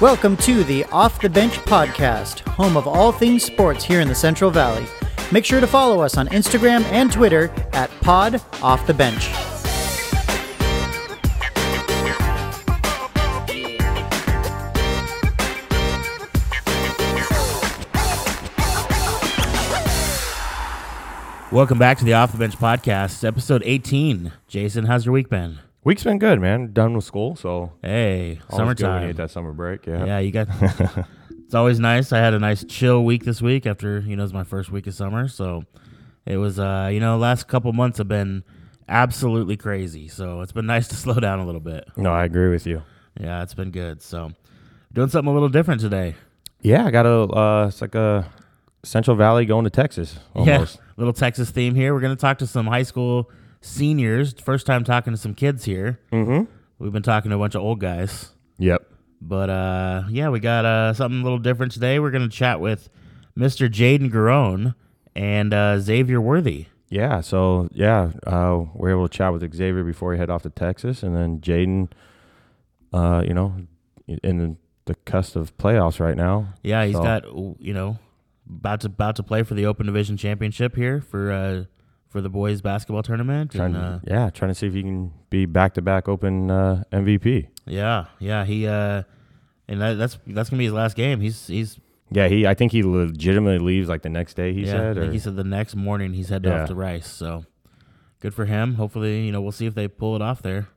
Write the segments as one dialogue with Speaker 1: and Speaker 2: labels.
Speaker 1: Welcome to the Off the Bench podcast, home of all things sports here in the Central Valley. Make sure to follow us on Instagram and Twitter at Pod Off the Bench.
Speaker 2: Welcome back to the Off the Bench podcast, episode 18. Jason, how's your week been?
Speaker 3: Week's been good, man. Done with school, so
Speaker 2: Hey,
Speaker 3: always good When
Speaker 2: summertime.
Speaker 3: you get that summer break, yeah.
Speaker 2: Yeah, you got. it's always nice. I had a nice chill week this week after you know it's my first week of summer, so it was. Uh, you know, last couple months have been absolutely crazy, so it's been nice to slow down a little bit.
Speaker 3: No, I agree with you.
Speaker 2: Yeah, it's been good. So doing something a little different today.
Speaker 3: Yeah, I got a. Uh, it's like a Central Valley going to Texas almost.
Speaker 2: Yeah, little Texas theme here. We're gonna talk to some high school seniors. First time talking to some kids here.
Speaker 3: Mm-hmm.
Speaker 2: We've been talking to a bunch of old guys.
Speaker 3: Yep.
Speaker 2: But uh, yeah, we got uh, something a little different today. We're going to chat with Mr. Jaden Garone and uh, Xavier Worthy.
Speaker 3: Yeah. So yeah, uh, we're able to chat with Xavier before he head off to Texas, and then Jaden. Uh, you know, in the cusp of playoffs right now.
Speaker 2: Yeah, he's
Speaker 3: So-
Speaker 2: got you know about to about to play for the Open Division Championship here for uh, for the boys basketball tournament.
Speaker 3: Trying,
Speaker 2: And, uh,
Speaker 3: yeah, trying to see if he can be back to back open uh, MVP.
Speaker 2: yeah, yeah, he uh, and that, that's that's gonna be his last game. He's he's
Speaker 3: Yeah, he. I think he legitimately leaves like the next day. He
Speaker 2: yeah,
Speaker 3: said.
Speaker 2: I think
Speaker 3: or-
Speaker 2: he said the next morning he's headed
Speaker 3: Yeah.
Speaker 2: off to Rice. So good for him. Hopefully, you know we'll see if they pull it off there.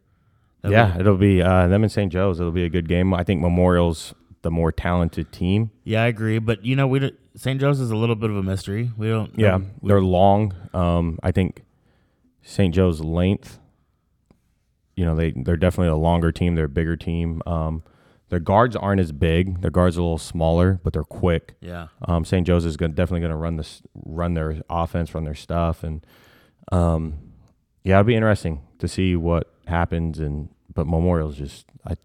Speaker 2: That'd
Speaker 3: yeah,
Speaker 2: be-
Speaker 3: it'll be uh, them and St. Joe's. It'll be a good game. I think Memorial's the more talented team.
Speaker 2: Yeah, I agree. But you know, we don't- St. Joe's is a little bit of a mystery. We don't.
Speaker 3: Yeah,
Speaker 2: um, we-
Speaker 3: they're long. Um, I think St. Joe's length. You know, they they're definitely a longer team. They're a bigger team. Um, their guards aren't as big. Their guards are a little smaller, but they're quick.
Speaker 2: yeah,
Speaker 3: Um, St. Joe's is gonna, definitely going to run this, run their offense, run their stuff, and um, yeah, it'll be interesting to see what happens. And but Memorial's just, I,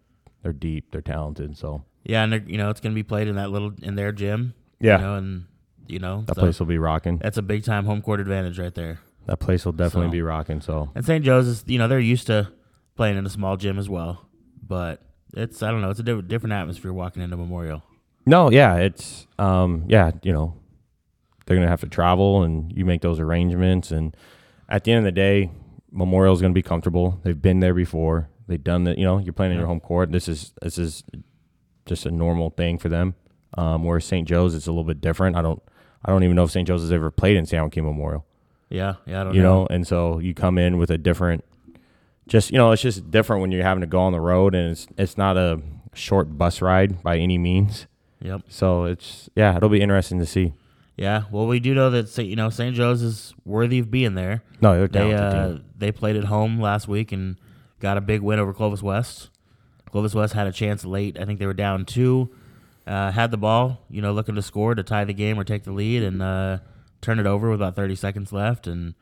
Speaker 3: they're deep, they're talented, so
Speaker 2: yeah, and they're- you know, it's going to be played in that little in their gym.
Speaker 3: Yeah.
Speaker 2: you know, and you know,
Speaker 3: that
Speaker 2: so
Speaker 3: place will be rocking.
Speaker 2: That's a big time home court advantage right there.
Speaker 3: That place will definitely
Speaker 2: So-
Speaker 3: be rocking. So
Speaker 2: And St. Joe's is, you know, they're used to playing in a small gym as well, but it's I don't know, it's a di- different atmosphere walking into Memorial.
Speaker 3: no, yeah, it's um, yeah, you know, they're gonna have to travel, and you make those arrangements. And at the end of the day, Memorial's gonna be comfortable. They've been there before. They've done that. You know, you're playing in your home court. This is this is just a normal thing for them. Um, whereas St. Joe's, it's a little bit different. I don't I don't even know if St. Joe's has ever played in San Joaquin Memorial.
Speaker 2: Yeah, yeah, I don't
Speaker 3: you know and so you come in with a different just you know it's just different when you're having to go on the road and it's it's not a short bus ride by any means
Speaker 2: Yep.
Speaker 3: so it's yeah it'll be interesting to see
Speaker 2: Yeah. Well, we do know that St. you know St. Joe's is worthy of being there.
Speaker 3: no they're
Speaker 2: They
Speaker 3: talented team.
Speaker 2: uh, they played at home last week and got a big win over Clovis West. Clovis West had a chance late. I think they were down two, uh, had the ball, you know, looking to score to tie the game or take the lead, and uh, turn it over with about 30 seconds left, and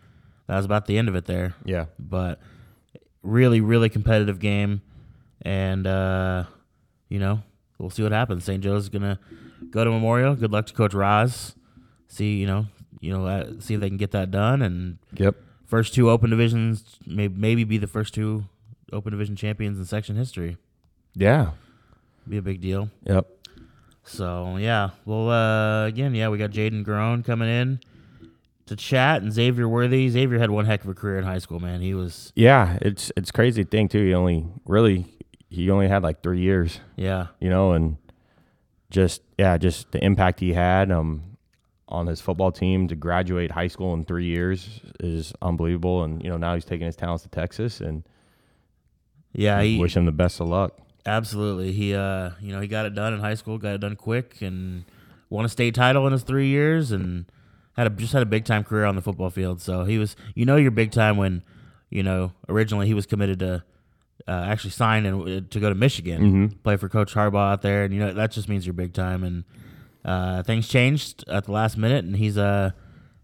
Speaker 2: that was about the end of it there.
Speaker 3: yeah
Speaker 2: But really, really competitive game, and uh, you know, we'll see what happens. St. Joe's is gonna go to Memorial. Good luck to Coach Roz. See, you know, you know, uh, see if they can get that done and
Speaker 3: yep
Speaker 2: first two open divisions may maybe be the first two open division champions in section history
Speaker 3: yeah
Speaker 2: be a big deal
Speaker 3: yep
Speaker 2: so yeah well uh again yeah we got jaden Groan coming in to chat and xavier worthy xavier had one heck of a career in high school man he was
Speaker 3: yeah it's it's crazy thing too he only really he only had like three years
Speaker 2: yeah
Speaker 3: you know, and just yeah, just the impact he had um on his football team to graduate high school in three years is unbelievable. And you know, now he's taking his talents to Texas, and
Speaker 2: yeah he
Speaker 3: wish him the best of luck.
Speaker 2: absolutely he uh you know he got it done in high school got it done quick and won a state title in his three years and had a just had a big time career on the football field so he was you know you're big time when you know originally he was committed to uh, actually sign and to go to Michigan
Speaker 3: Mm-hmm.
Speaker 2: play for Coach Harbaugh out there, and you know that just means you're big time. And uh, things changed at the last minute, and he's uh,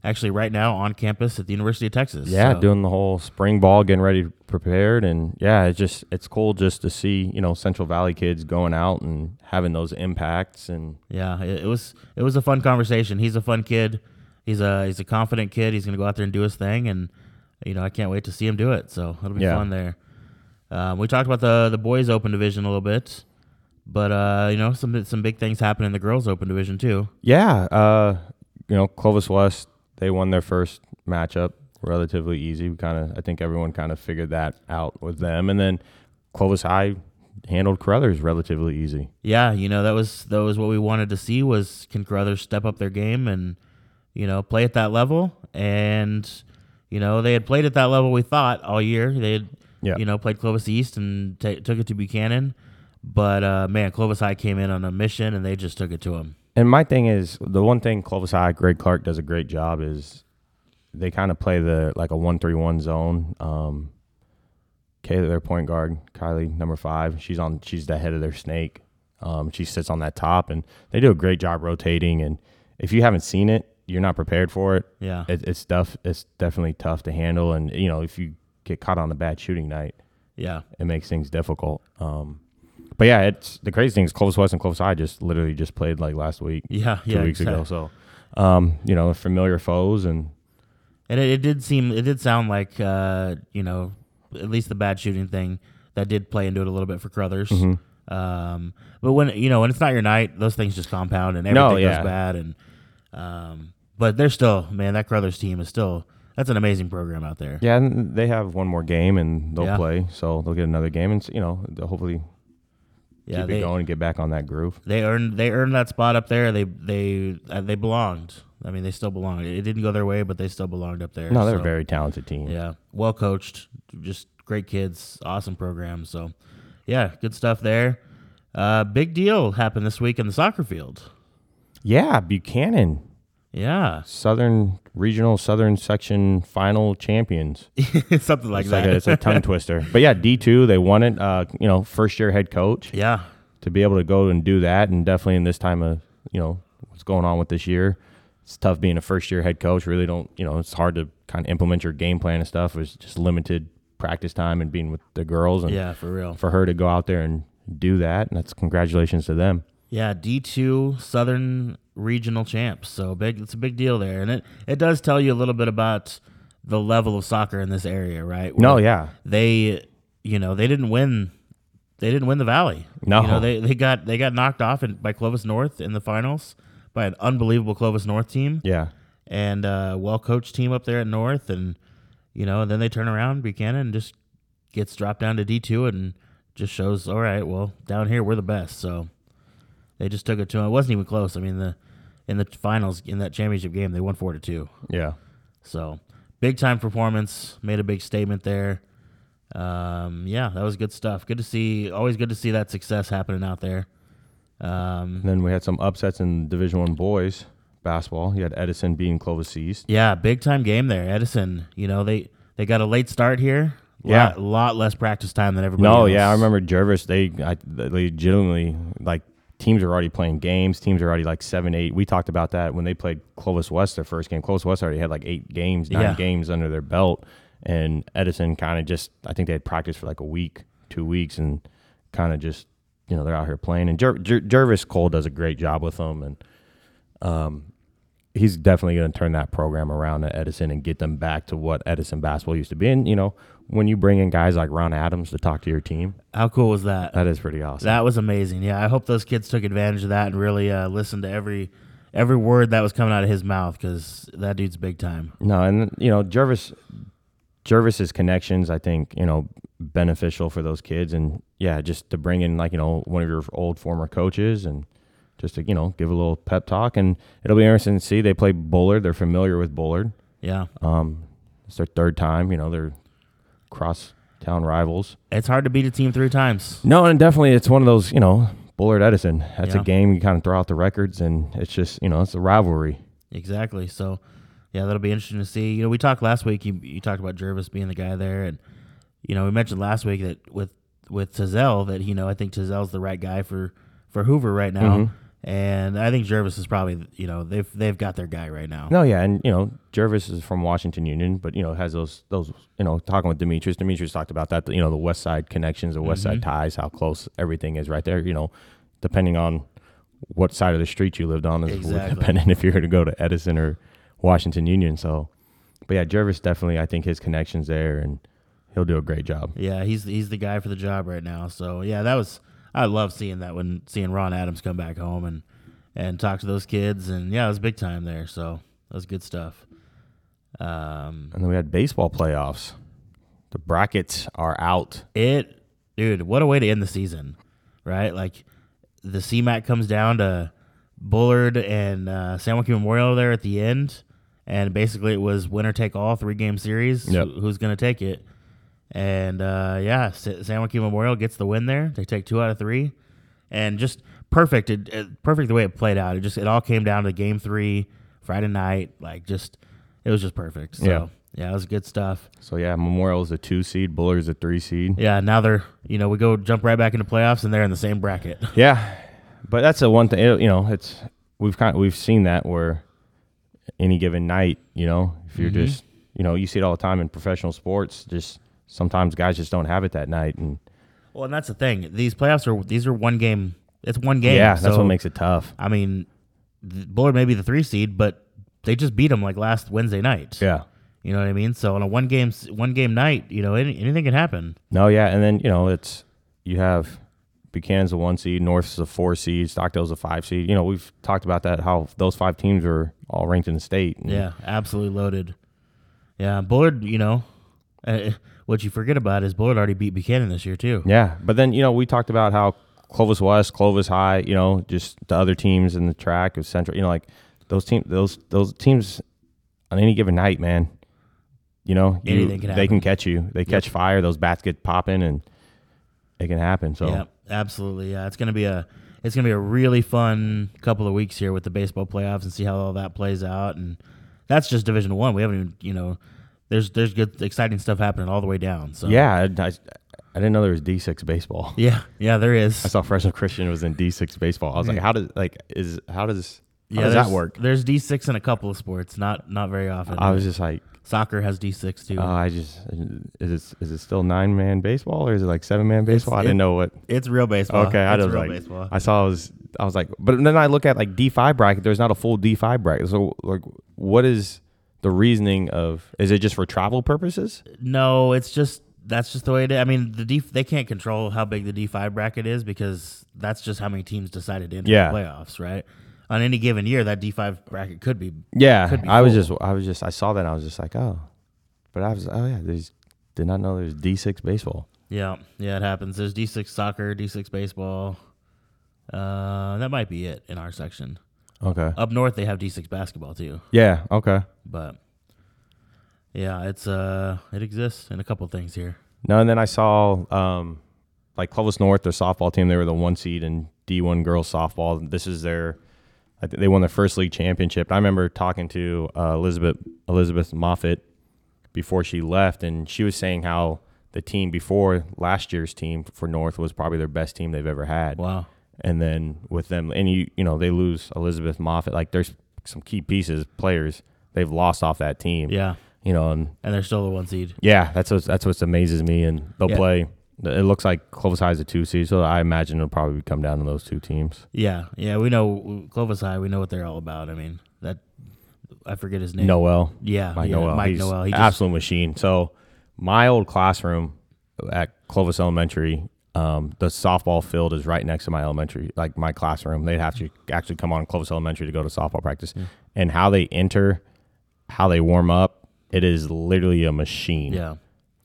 Speaker 2: actually right now on campus at the University of Texas.
Speaker 3: Yeah,
Speaker 2: So,
Speaker 3: doing the whole spring ball, getting ready, prepared, and yeah, it's just it's cool just to see you know Central Valley kids going out and having those impacts and
Speaker 2: yeah, it, it was it was a fun conversation. He's a fun kid. He's a he's a confident kid. He's gonna go out there and do his thing, and you know I can't wait to see him do it. So it'll be
Speaker 3: Yeah.
Speaker 2: fun there. Um, we talked about the the boys open division a little bit. But uh, you know, some some big things happen in the girls' open division too.
Speaker 3: Yeah, uh, you know, Clovis West, they won their first matchup relatively easy. We kind of, I think everyone kind of figured that out with them, and then Clovis High handled Carruthers relatively easy.
Speaker 2: Yeah, you know, that was that was what we wanted to see was can Carruthers step up their game and you know play at that level and you know they had played at that level we thought all year they had
Speaker 3: Yeah.
Speaker 2: you know played Clovis East and ta took it to Buchanan, but uh, man, Clovis High came in on a mission and they just took it to him.
Speaker 3: And my thing is, the one thing Clovis High, Greg Clark does a great job is they kind of play the like a one three one zone. Um, Kaylee, their point guard, Kylie, number five, she's on. She's the head of their snake. Um, she sits on that top, and they do a great job rotating. And if you haven't seen it, you're not prepared for it.
Speaker 2: Yeah,
Speaker 3: it it's tough. It's definitely tough to handle. And you know, if you get caught on a bad shooting night,
Speaker 2: yeah,
Speaker 3: it makes things difficult. Um, but yeah, it's the crazy thing is Clovis West and Clovis High just literally just played like last week
Speaker 2: yeah,
Speaker 3: two
Speaker 2: yeah.
Speaker 3: weeks ago.
Speaker 2: exact-
Speaker 3: So, um, you know, familiar foes, and
Speaker 2: And it, it did seem, it did sound like, uh, you know, at least the bad shooting thing that did play into it a little bit for Crothers.
Speaker 3: Mm-hmm.
Speaker 2: Um, but when you know when it's not your night, those things just compound and
Speaker 3: No,
Speaker 2: everything
Speaker 3: yeah.
Speaker 2: goes bad. And um, but they're still, man, that Crothers team is still that's an amazing program out there.
Speaker 3: yeah, and they have one more game, and they'll
Speaker 2: Yeah.
Speaker 3: play, so they'll get another game, and s- you know, they'll hopefully
Speaker 2: Yeah,
Speaker 3: keep
Speaker 2: they
Speaker 3: it going and get back on that groove.
Speaker 2: they earned they earned that spot up there. They they uh, they belonged. I mean, they still belonged. It didn't go their way, but they still belonged up there.
Speaker 3: No, they're
Speaker 2: so.
Speaker 3: a very talented team.
Speaker 2: Yeah, well coached, just great kids, awesome program. So, yeah, good stuff there. Uh, big deal happened this week in the soccer field.
Speaker 3: Yeah, Buchanan,
Speaker 2: Yeah,
Speaker 3: Southern Regional Southern Section Final champions.
Speaker 2: something like
Speaker 3: It's
Speaker 2: that.
Speaker 3: like a, it's a tongue twister, but yeah, D two they won it. Uh, you know, first year head coach
Speaker 2: yeah,
Speaker 3: to be able to go and do that, and definitely in this time of you know what's going on with this year, it's tough being a first year head coach. Really don't you know it's hard to kind of implement your game plan and stuff. It was just limited practice time and being with the girls, and
Speaker 2: yeah, for real.
Speaker 3: for her to go out there and do that, and that's congratulations to them.
Speaker 2: Yeah, D two Southern Regional champs. So big. It's a big deal there, and it it does tell you a little bit about the level of soccer in this area, right?
Speaker 3: No,
Speaker 2: Where
Speaker 3: yeah,
Speaker 2: they you know they didn't win. They didn't win the Valley.
Speaker 3: No.
Speaker 2: you know, they they got they got knocked off in, by Clovis North in the finals by an unbelievable Clovis North team
Speaker 3: yeah,
Speaker 2: and uh, well coached team up there at North, and you know, and then they turn around Buchanan and just gets dropped down to D two and just shows all right, well down here we're the best. So they just took it to 'em. It wasn't even close. I mean the in the finals in that championship game they won four to two.
Speaker 3: yeah.
Speaker 2: So big time performance, made a big statement there. Um, yeah, that was good stuff. Good to see. Always good to see that success happening out there. Um,
Speaker 3: And then we had some upsets in Division One boys basketball. You had Edison beating Clovis East.
Speaker 2: yeah, big time game there, Edison. You know they they got a late start here.
Speaker 3: Yeah.
Speaker 2: lot, lot less practice time than everybody.
Speaker 3: No,
Speaker 2: else.
Speaker 3: yeah, I remember Jervis. They, I, they legitimately like teams are already playing games. Teams are already like seven, eight. We talked about that when they played Clovis West their first game. Clovis West already had like eight games, nine
Speaker 2: Yeah.
Speaker 3: games under their belt, and Edison kind of just. I think they had practiced for like a week, two weeks, and kind of just you know they're out here playing. And Jer- Jer- Jervis Cole does a great job with them, and um, he's definitely going to turn that program around at Edison and get them back to what Edison basketball used to be. And you know when you bring in guys like Ron Adams to talk to your team.
Speaker 2: How cool was that?
Speaker 3: That is pretty awesome.
Speaker 2: That was amazing. Yeah, I hope those kids took advantage of that and really uh, listened to every every word that was coming out of his mouth because that dude's big time.
Speaker 3: no, and you know Jervis, Jervis's connections, I think you know beneficial for those kids, and yeah, just to bring in like you know one of your old former coaches and just to you know give a little pep talk, and it'll be interesting to see. They play Bullard; they're familiar with Bullard.
Speaker 2: Yeah,
Speaker 3: Um, it's their third time. You know they're cross town rivals.
Speaker 2: it's hard to beat a team three times.
Speaker 3: No, and definitely it's one of those you know Bullard Edison. That's
Speaker 2: Yeah.
Speaker 3: a game you kind of throw out the records, and it's just you know it's a rivalry.
Speaker 2: Exactly. So, yeah, that'll be interesting to see. You know, we talked last week. You, you talked about Jervis being the guy there, and you know, we mentioned last week that with with Tazelle that you know I think Tazelle's the right guy for for Hoover right now, and I think Jervis is probably you know they've they've got their guy right now.
Speaker 3: No, yeah, and you know Jervis is from Washington Union, but you know has those those you know talking with Demetrius. Demetrius talked about that. You know the West Side connections, the West Side ties, how close everything is right there. You know, depending on what side of the street you lived on is
Speaker 2: Exactly.
Speaker 3: depending if you're to go to Edison or Washington Union. So, but yeah, Jervis definitely, I think his connections there, and he'll do a great job.
Speaker 2: Yeah, he's he's the guy for the job right now. So yeah, that was I love seeing that when seeing Ron Adams come back home and and talk to those kids and yeah, it was big time there. So that was good stuff. Um,
Speaker 3: And then we had baseball playoffs. The brackets are out.
Speaker 2: it, dude, what a way to end the season, right? Like the CMAC comes down to Bullard and uh, San Joaquin Memorial there at the end, and basically it was winner take all three game series.
Speaker 3: Yep.
Speaker 2: Who- Who's gonna take it? And uh, yeah, S- San Joaquin Memorial gets the win there. They take two out of three, and just perfect. It, it- perfect the way it played out. It just it all came down to game three Friday night. Like just it was just perfect. So
Speaker 3: Yeah.
Speaker 2: yeah it was good stuff.
Speaker 3: So yeah, Memorial is a two seed, Buller is a three seed.
Speaker 2: Yeah, now they're you know we go jump right back into playoffs and they're in the same bracket.
Speaker 3: Yeah, but that's the one thing. it- you know, it's we've kind we've seen that where any given night, you know, if you're just you know you see it all the time in professional sports. Just sometimes guys just don't have it that night, and
Speaker 2: Well, and that's the thing; these playoffs are these are one game. It's one game.
Speaker 3: yeah, that's
Speaker 2: so,
Speaker 3: what makes it tough.
Speaker 2: I mean, th- Bullard may be the three seed, but they just beat them like last Wednesday night.
Speaker 3: Yeah.
Speaker 2: you know what I mean. So on a one game s- one game night, you know any, anything can happen.
Speaker 3: No, yeah, and then you know it's you have Buchanan's a one seed, North's a four seed, Stockdale's a five seed. You know we've talked about that how those five teams are all ranked in the state. and-
Speaker 2: Yeah, absolutely loaded. Yeah, Bullard. You know, uh, what you forget about is Bullard already beat Buchanan this year too.
Speaker 3: Yeah, but then you know we talked about how Clovis West, Clovis High, you know, just the other teams in the track of Central, you know, like those teams, those those teams on any given night, man. You know, you,
Speaker 2: Anything can
Speaker 3: they
Speaker 2: happen.
Speaker 3: can catch you. They catch fire. Those bats get popping, and it can happen. So
Speaker 2: Yeah, absolutely. Yeah, it's gonna be a it's gonna be a really fun couple of weeks here with the baseball playoffs and see how all that plays out. And that's just Division One. We haven't even you know there's there's good exciting stuff happening all the way down. So
Speaker 3: yeah, I, I, I didn't know there was D six baseball.
Speaker 2: yeah, yeah, there
Speaker 3: I
Speaker 2: is.
Speaker 3: saw Fresno Christian was in D six baseball. I was like, how does like is how does how
Speaker 2: yeah,
Speaker 3: does that
Speaker 2: there's-
Speaker 3: work?
Speaker 2: There's D six in a couple of sports, not not very often.
Speaker 3: I was just like,
Speaker 2: Soccer has D six too.
Speaker 3: oh, I just is it is it still nine man baseball or is it like seven man baseball? I didn't
Speaker 2: it-
Speaker 3: know what.
Speaker 2: it's real baseball.
Speaker 3: Okay, I
Speaker 2: it's
Speaker 3: was
Speaker 2: real
Speaker 3: like,
Speaker 2: baseball.
Speaker 3: I saw, I was, I was like, but then I look at like D five bracket. There's not a full D five bracket. So like, what is the reasoning of? Is it just for travel purposes?
Speaker 2: No, it's just that's just the way it is. I mean, the D they can't control how big the D five bracket is because that's just how many teams decided to enter
Speaker 3: Yeah.
Speaker 2: the playoffs, right? On any given year, that D five bracket could be
Speaker 3: Yeah,
Speaker 2: Could be
Speaker 3: I was
Speaker 2: full.
Speaker 3: just, I was just, I saw that. and I was just like, oh, but I was, oh yeah, there's, did not know there's D six baseball.
Speaker 2: yeah, yeah, it happens. There's D six soccer, D six baseball. Uh, that might be it in our section.
Speaker 3: Okay.
Speaker 2: Up north, they have D six basketball too,
Speaker 3: Yeah. Okay.
Speaker 2: but yeah, it's uh, it exists in a couple things here.
Speaker 3: No, and then I saw um, like Clovis North, their softball team. They were the one seed in D1 girls softball. This is their, I think they won their first league championship. I remember talking to uh, Elizabeth Elizabeth Moffitt before she left, and she was saying how the team before last year's team for North was probably their best team they've ever had.
Speaker 2: Wow.
Speaker 3: And then with them, and you you know they lose Elizabeth Moffitt. Like there's some key pieces, players they've lost off that team.
Speaker 2: Yeah,
Speaker 3: You know, and
Speaker 2: and they're still the one seed.
Speaker 3: yeah, that's what that's what amazes me, and they'll
Speaker 2: Yeah.
Speaker 3: play. It looks like Clovis High is a two seed, so I imagine it'll probably come down to those two teams.
Speaker 2: Yeah, yeah, we know Clovis High. We know what they're all about. I mean, that I forget his name.
Speaker 3: Noel,
Speaker 2: yeah,
Speaker 3: Mike
Speaker 2: yeah,
Speaker 3: Noel,
Speaker 2: Mike
Speaker 3: he's
Speaker 2: Noel. He just,
Speaker 3: absolute machine. So my old classroom at Clovis Elementary, um, the softball field is right next to my elementary, like my classroom. They'd have to actually come on Clovis Elementary to go to softball practice, and how they enter, how they warm up, it is literally a machine.
Speaker 2: yeah,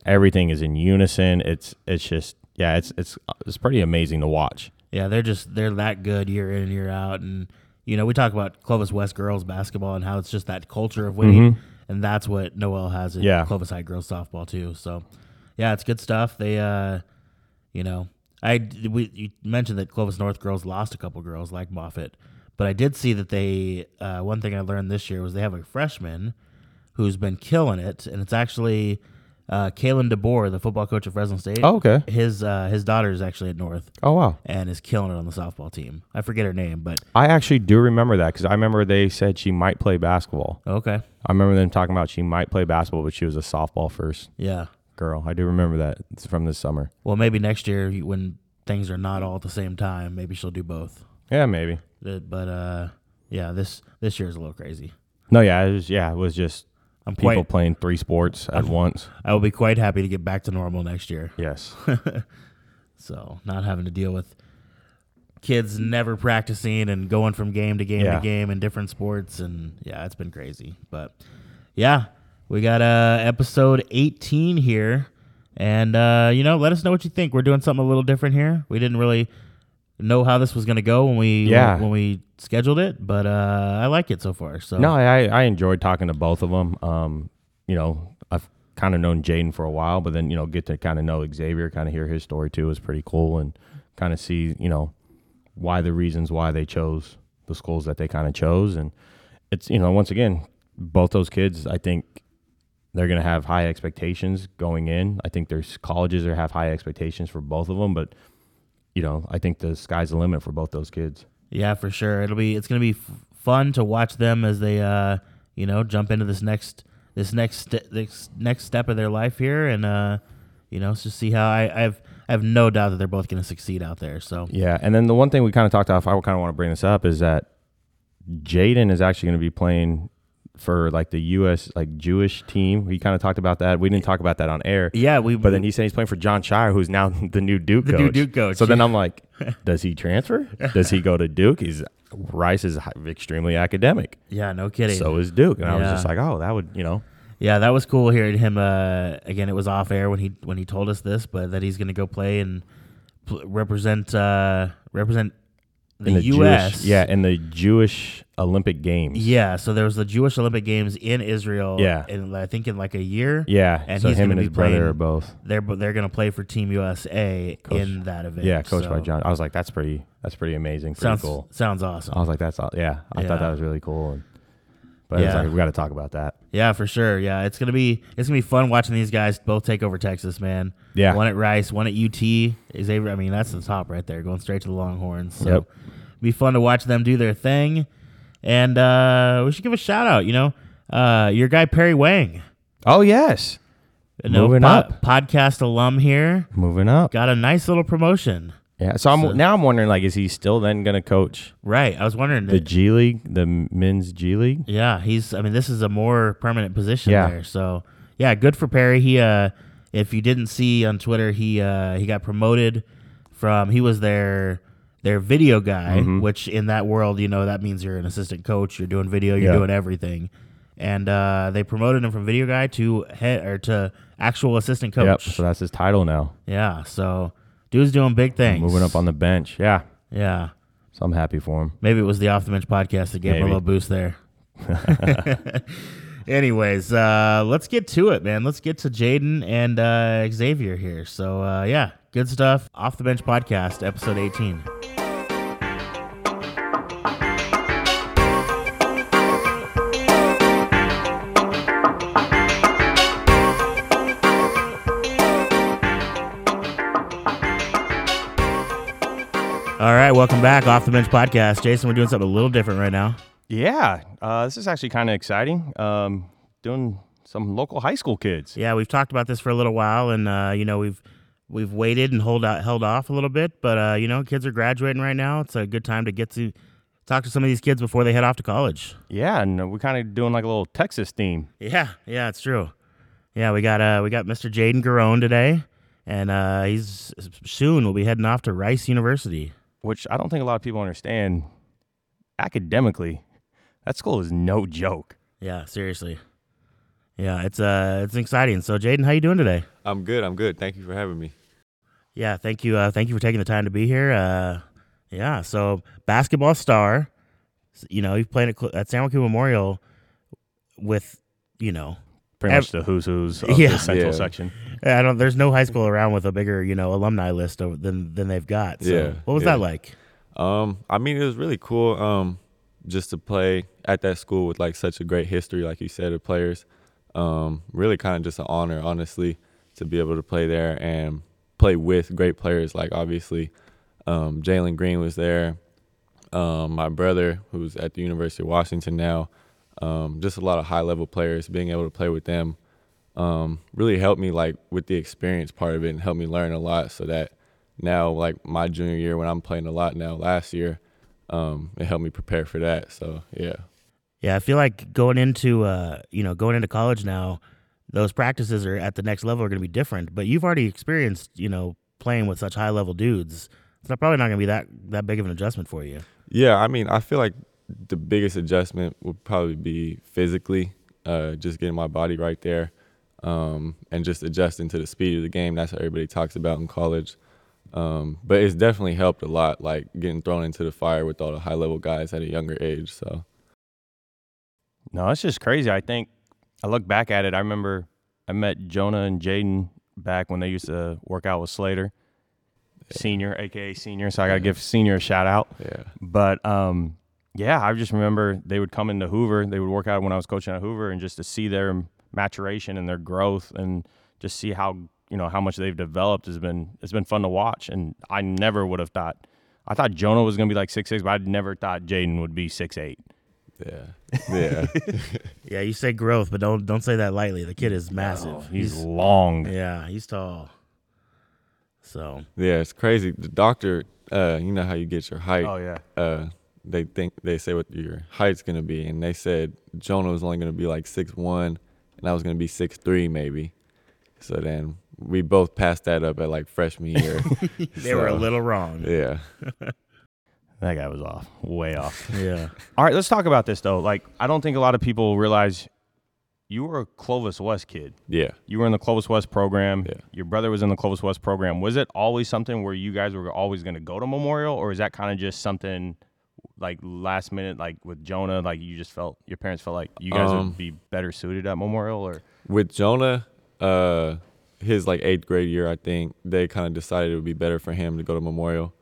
Speaker 3: everything is in unison. It's it's just yeah, it's it's it's pretty amazing to watch.
Speaker 2: yeah. They're just they're that good year in and year out. And you know, we talk about Clovis West girls basketball and how it's just that culture of winning, and that's what Noel has in
Speaker 3: Yeah.
Speaker 2: Clovis High girls softball too. So, yeah, it's good stuff. They, uh you know, I we you mentioned that Clovis North girls lost a couple girls like Moffitt, but I did see that they uh, one thing I learned this year was they have a freshman who's been killing it, and it's actually uh, Kalen DeBoer, the football coach of Fresno State.
Speaker 3: Oh, okay.
Speaker 2: His uh, his daughter is actually at North
Speaker 3: Oh wow.
Speaker 2: and is killing it on the softball team. I forget her name, but
Speaker 3: I actually do remember that because I remember they said she might play basketball.
Speaker 2: okay,
Speaker 3: I remember them talking about she might play basketball, but she was a softball first
Speaker 2: yeah.
Speaker 3: girl. I do remember that. It's from this summer.
Speaker 2: Well, maybe next year you- when things are not all at the same time, maybe she'll do both.
Speaker 3: Yeah, maybe.
Speaker 2: Uh, But uh, yeah, this this year is a little crazy.
Speaker 3: No, yeah, it was yeah, it was just
Speaker 2: I'm
Speaker 3: people
Speaker 2: quite.
Speaker 3: playing three sports at once.
Speaker 2: I will be quite happy to get back to normal next year.
Speaker 3: Yes.
Speaker 2: So not having to deal with kids never practicing and going from game to game
Speaker 3: Yeah.
Speaker 2: to game in different sports and yeah it's been crazy but yeah we got uh episode 18 here and uh you know let us know what you think we're doing something a little different here we didn't really know how this was gonna go when we
Speaker 3: Yeah.
Speaker 2: when we scheduled it but uh i like it so far so
Speaker 3: No, I I enjoyed talking to both of them. Um, you know, I've kind of known Jaden for a while, but then you know, get to kind of know Xavier, kind of hear his story too is pretty cool, and kind of see you know why the reasons why they chose the schools that they kind of chose, and it's you know once again both those kids I think they're going to have high expectations going in. I think there's colleges that have high expectations for both of them, but you know I think the sky's the limit for both those kids.
Speaker 2: Yeah, for sure. It'll be it's gonna be f- fun to watch them as they uh you know jump into this next this next st- this next step of their life here, and uh you know just see how I I've I have no doubt that they're both gonna succeed out there. So
Speaker 3: Yeah, and then the one thing we kind of talked off, I kind of want to bring this up is that Jaden is actually going to be playing for like the U.S. like Jewish team. We kind of talked about that. We didn't talk about that on air.
Speaker 2: yeah, we
Speaker 3: But then he said he's playing for John Shire, who's now the new Duke
Speaker 2: The
Speaker 3: coach.
Speaker 2: new Duke coach,
Speaker 3: So then
Speaker 2: yeah.
Speaker 3: I'm like, does he transfer? Does he go to Duke? He's Rice is hi- extremely academic.
Speaker 2: yeah no kidding.
Speaker 3: So is Duke, and I was
Speaker 2: Yeah.
Speaker 3: just like, oh, that would you know,
Speaker 2: Yeah, that was cool hearing him. Uh, again, it was off air when he when he told us this, but that he's going to go play and pl- represent uh, represent the,
Speaker 3: in the
Speaker 2: U.S.
Speaker 3: Jewish, yeah, in the Jewish Olympic Games.
Speaker 2: yeah. So there was the Jewish Olympic Games in Israel.
Speaker 3: Yeah.
Speaker 2: and I think in like a year.
Speaker 3: Yeah,
Speaker 2: And
Speaker 3: so
Speaker 2: he's
Speaker 3: him
Speaker 2: gonna
Speaker 3: and
Speaker 2: be
Speaker 3: his brother
Speaker 2: playing-
Speaker 3: are both.
Speaker 2: they're but they're going to play for Team USA
Speaker 3: Coach-
Speaker 2: in that event.
Speaker 3: Yeah, coached by
Speaker 2: so-
Speaker 3: John. I was like, that's pretty. That's pretty amazing. Pretty
Speaker 2: Sounds
Speaker 3: cool.
Speaker 2: sounds awesome.
Speaker 3: I was like, that's all. Yeah, I thought
Speaker 2: Yeah.
Speaker 3: that was really cool. And, but it's
Speaker 2: Yeah.
Speaker 3: like, we got to talk about that.
Speaker 2: Yeah, for sure. Yeah, it's gonna be it's gonna be fun watching these guys both take over Texas, man.
Speaker 3: Yeah.
Speaker 2: one at Rice, one at UT. Xavier, I mean that's the top right there, going straight to the Longhorns. So
Speaker 3: Yep.
Speaker 2: be fun to watch them do their thing, and uh, we should give a shout out. You know, uh, your guy Perry Wang,
Speaker 3: Oh yes,
Speaker 2: you know,
Speaker 3: Moving
Speaker 2: po-
Speaker 3: up.
Speaker 2: podcast alum here,
Speaker 3: moving up.
Speaker 2: got a nice little promotion.
Speaker 3: Yeah. So I'm now I'm wondering like, is he still then going to coach
Speaker 2: Right, I was wondering.
Speaker 3: the G League, the men's G League?
Speaker 2: Yeah, he's. I mean, this is a more permanent position
Speaker 3: Yeah.
Speaker 2: there. So yeah, good for Perry. He, uh, if you didn't see on Twitter, he uh, he got promoted from. He was their their video guy,
Speaker 3: Mm-hmm.
Speaker 2: which in that world, you know, that means you're an assistant coach. You're doing video. You're
Speaker 3: Yeah.
Speaker 2: doing everything. And uh, they promoted him from video guy to head or to actual assistant coach.
Speaker 3: Yep. So that's his title now.
Speaker 2: Yeah. So dude's doing big things.
Speaker 3: Moving up on the bench. Yeah.
Speaker 2: Yeah.
Speaker 3: So I'm happy for him.
Speaker 2: Maybe it was the off the bench podcast that gave him a
Speaker 3: Maybe.
Speaker 2: little boost there. Anyways, uh, let's get to it, man. Let's get to Jaden and uh, Xavier here. So uh, yeah, good stuff. Off the bench podcast, episode eighteen. All right, welcome back, off the bench podcast. Jason, we're doing something a little different right now.
Speaker 3: Yeah. Uh, this is actually kind of exciting. Um, doing some local high school kids.
Speaker 2: Yeah, we've talked about this for a little while, and uh, you know we've we've waited and hold out, held off a little bit, but uh, you know kids are graduating right now. It's a good time to get to talk to some of these kids before they head off to college.
Speaker 3: Yeah, and we're kind of doing like a little Texas theme.
Speaker 2: Yeah, yeah, it's true. Yeah, we got uh we got Mr. Jaden Garone today, and uh, he's soon will be heading off to Rice University.
Speaker 3: which I don't think a lot of people understand academically, that school is no joke.
Speaker 2: Yeah, seriously. Yeah, it's uh it's exciting. So Jaden, how you doing today?
Speaker 4: I'm good. I'm good. Thank you for having me.
Speaker 2: Yeah, thank you. Uh, thank you for taking the time to be here. Uh, yeah, so basketball star, S- you know, you've played at, Cl- at San Joaquin Memorial with, you know,
Speaker 3: Pretty
Speaker 2: Ev-
Speaker 3: much the who's who's of
Speaker 2: Yeah.
Speaker 3: the central
Speaker 4: Yeah.
Speaker 3: section.
Speaker 2: I don't. There's no high school around with a bigger, you know, alumni list over, than than they've got. So
Speaker 4: Yeah,
Speaker 2: what was
Speaker 4: yeah.
Speaker 2: that like?
Speaker 4: Um, I mean, it was really cool. Um, just to play at that school with like such a great history, like you said, of players. Um, really kind of just an honor, honestly, to be able to play there and play with great players. Like obviously, um, Jalen Green was there. Um, my brother, who's at the University of Washington now, um, just a lot of high level players. Being able to play with them um, really helped me like with the experience part of it and helped me learn a lot so that now like my junior year when I'm playing a lot now last year um, it helped me prepare for that so yeah
Speaker 2: Yeah, I feel like going into, uh, you know, going into college now, those practices are at the next level are going to be different. But you've already experienced, you know, playing with such high level dudes. It's not, probably not going to be that that big of an adjustment for you.
Speaker 4: Yeah, I mean, I feel like the biggest adjustment would probably be physically, uh, just getting my body right there, um, and just adjusting to the speed of the game. That's what everybody talks about in college. Um, but it's definitely helped a lot, like getting thrown into the fire with all the high level guys at a younger age. So
Speaker 3: No, it's just crazy. I think I look back at it. I remember I met Jonah and Jaden back when they used to work out with Slater, senior, aka senior. So I got to give senior a shout out.
Speaker 4: yeah,
Speaker 3: But um, yeah, I just remember they would come into Hoover. They would work out when I was coaching at Hoover, and just to see their maturation and their growth, and just see how you know how much they've developed has been it's been fun to watch. And I never would have thought. I thought Jonah was going to be like six six, but I never thought Jaden would be six eight.
Speaker 4: yeah, yeah.
Speaker 2: Yeah, you say growth, but don't don't say that lightly. The kid is massive.
Speaker 3: he's, long.
Speaker 2: yeah, he's tall. So
Speaker 4: Yeah, it's crazy. The doctor, uh, you know how you get your height.
Speaker 3: Oh yeah.
Speaker 4: Uh, they think they say what your height's gonna be, and they said Jonah was only gonna be like six one, and I was gonna be six three maybe. So then we both passed that up at like freshman year.
Speaker 2: they were a
Speaker 4: So,
Speaker 2: little wrong.
Speaker 4: Yeah.
Speaker 3: That guy was off, way off.
Speaker 2: yeah.
Speaker 3: All right, let's talk about this though. Like, I don't think a lot of people realize you were a Clovis West kid.
Speaker 4: Yeah.
Speaker 3: You were in the Clovis West program.
Speaker 4: Yeah.
Speaker 3: Your brother was in the Clovis West program. Was it always something where you guys were always going to go to Memorial, or is that kind of just something like last minute, like with Jonah, like you just felt your parents felt like you guys
Speaker 4: Um,
Speaker 3: would be better suited at Memorial, or
Speaker 4: With Jonah, uh, his like eighth grade year, I think they kind of decided it would be better for him to go to Memorial,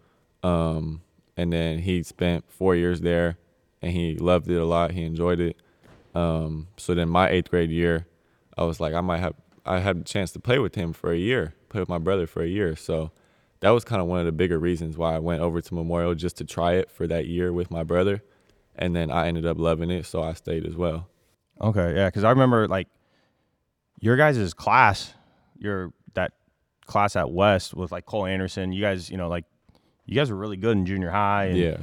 Speaker 4: um, and then he spent four years there, and he loved it a lot. He enjoyed it. Um, so then my eighth grade year, I was like, I might have I had a chance to play with him for a year, play with my brother for a year. So that was kind of one of the bigger reasons why I went over to Memorial just to try it for that year with my brother, and then I ended up loving it, so I stayed as well.
Speaker 3: Okay, yeah, because I remember like your guys' class, your that class at West with like Cole Anderson. You guys, you know, like you guys were really good in junior high. And,
Speaker 4: Yeah.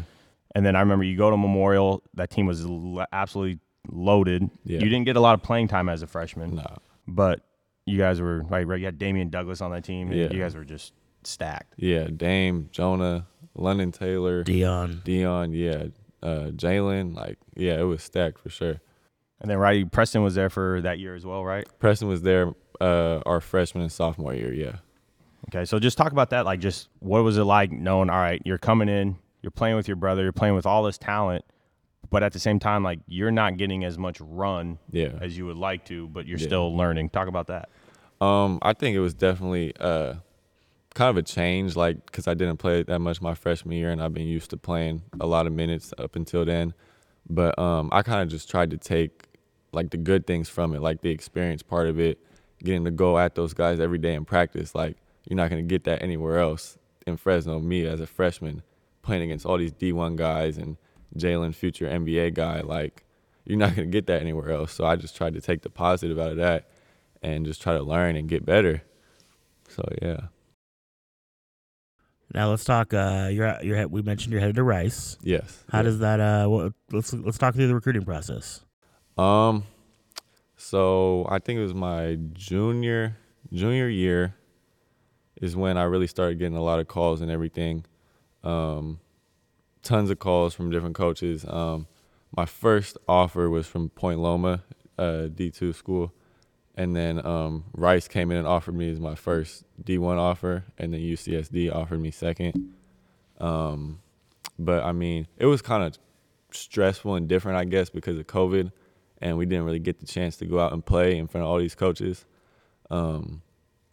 Speaker 3: and then I remember you go to Memorial. That team was l- absolutely loaded.
Speaker 4: Yeah.
Speaker 3: You didn't get a lot of playing time as a freshman,
Speaker 4: Nah.
Speaker 3: but you guys were like right. You had Damian Douglas on that team.
Speaker 4: Yeah.
Speaker 3: You guys were just stacked.
Speaker 4: Yeah, Dame, Jonah, London Taylor,
Speaker 2: Dion.
Speaker 4: Dion, yeah, uh, Jalen. Like, yeah, it was stacked for sure.
Speaker 3: And then right, Preston was there for that year as well, right?
Speaker 4: Preston was there uh, our freshman and sophomore year. Yeah,
Speaker 3: Okay, so just talk about that. Like, just what was it like knowing? All right, you're coming in, you're playing with your brother, you're playing with all this talent, but at the same time, like you're not getting as much run
Speaker 4: yeah.
Speaker 3: as you would like to, but you're
Speaker 4: Yeah.
Speaker 3: still learning. Talk about that.
Speaker 4: Um, I think it was definitely uh, kind of a change, like because I didn't play that much my freshman year, and I've been used to playing a lot of minutes up until then. But um, I kind of just tried to take like the good things from it, like the experience part of it, getting to go at those guys every day in practice. Like you're not gonna get that anywhere else in Fresno. Me as a freshman playing against all these D1 guys and Jalen, future NBA guy, like you're not gonna get that anywhere else. So I just tried to take the positive out of that and just try to learn and get better. So yeah,
Speaker 2: Now let's talk. Uh, you're you're head- we mentioned you're headed to Rice.
Speaker 4: yes.
Speaker 2: How
Speaker 4: yeah.
Speaker 2: does that? Uh, what, let's let's talk through the recruiting process.
Speaker 4: Um, so I think it was my junior junior year is when I really started getting a lot of calls and everything. Um, tons of calls from different coaches. Um, my first offer was from Point Loma, uh, D2 school, and then um, Rice came in and offered me as my first D1 offer, and then UCSD offered me second. Um, but I mean, it was kind of stressful and different, I guess, because of COVID and we didn't really get the chance to go out and play in front of all these coaches. Um,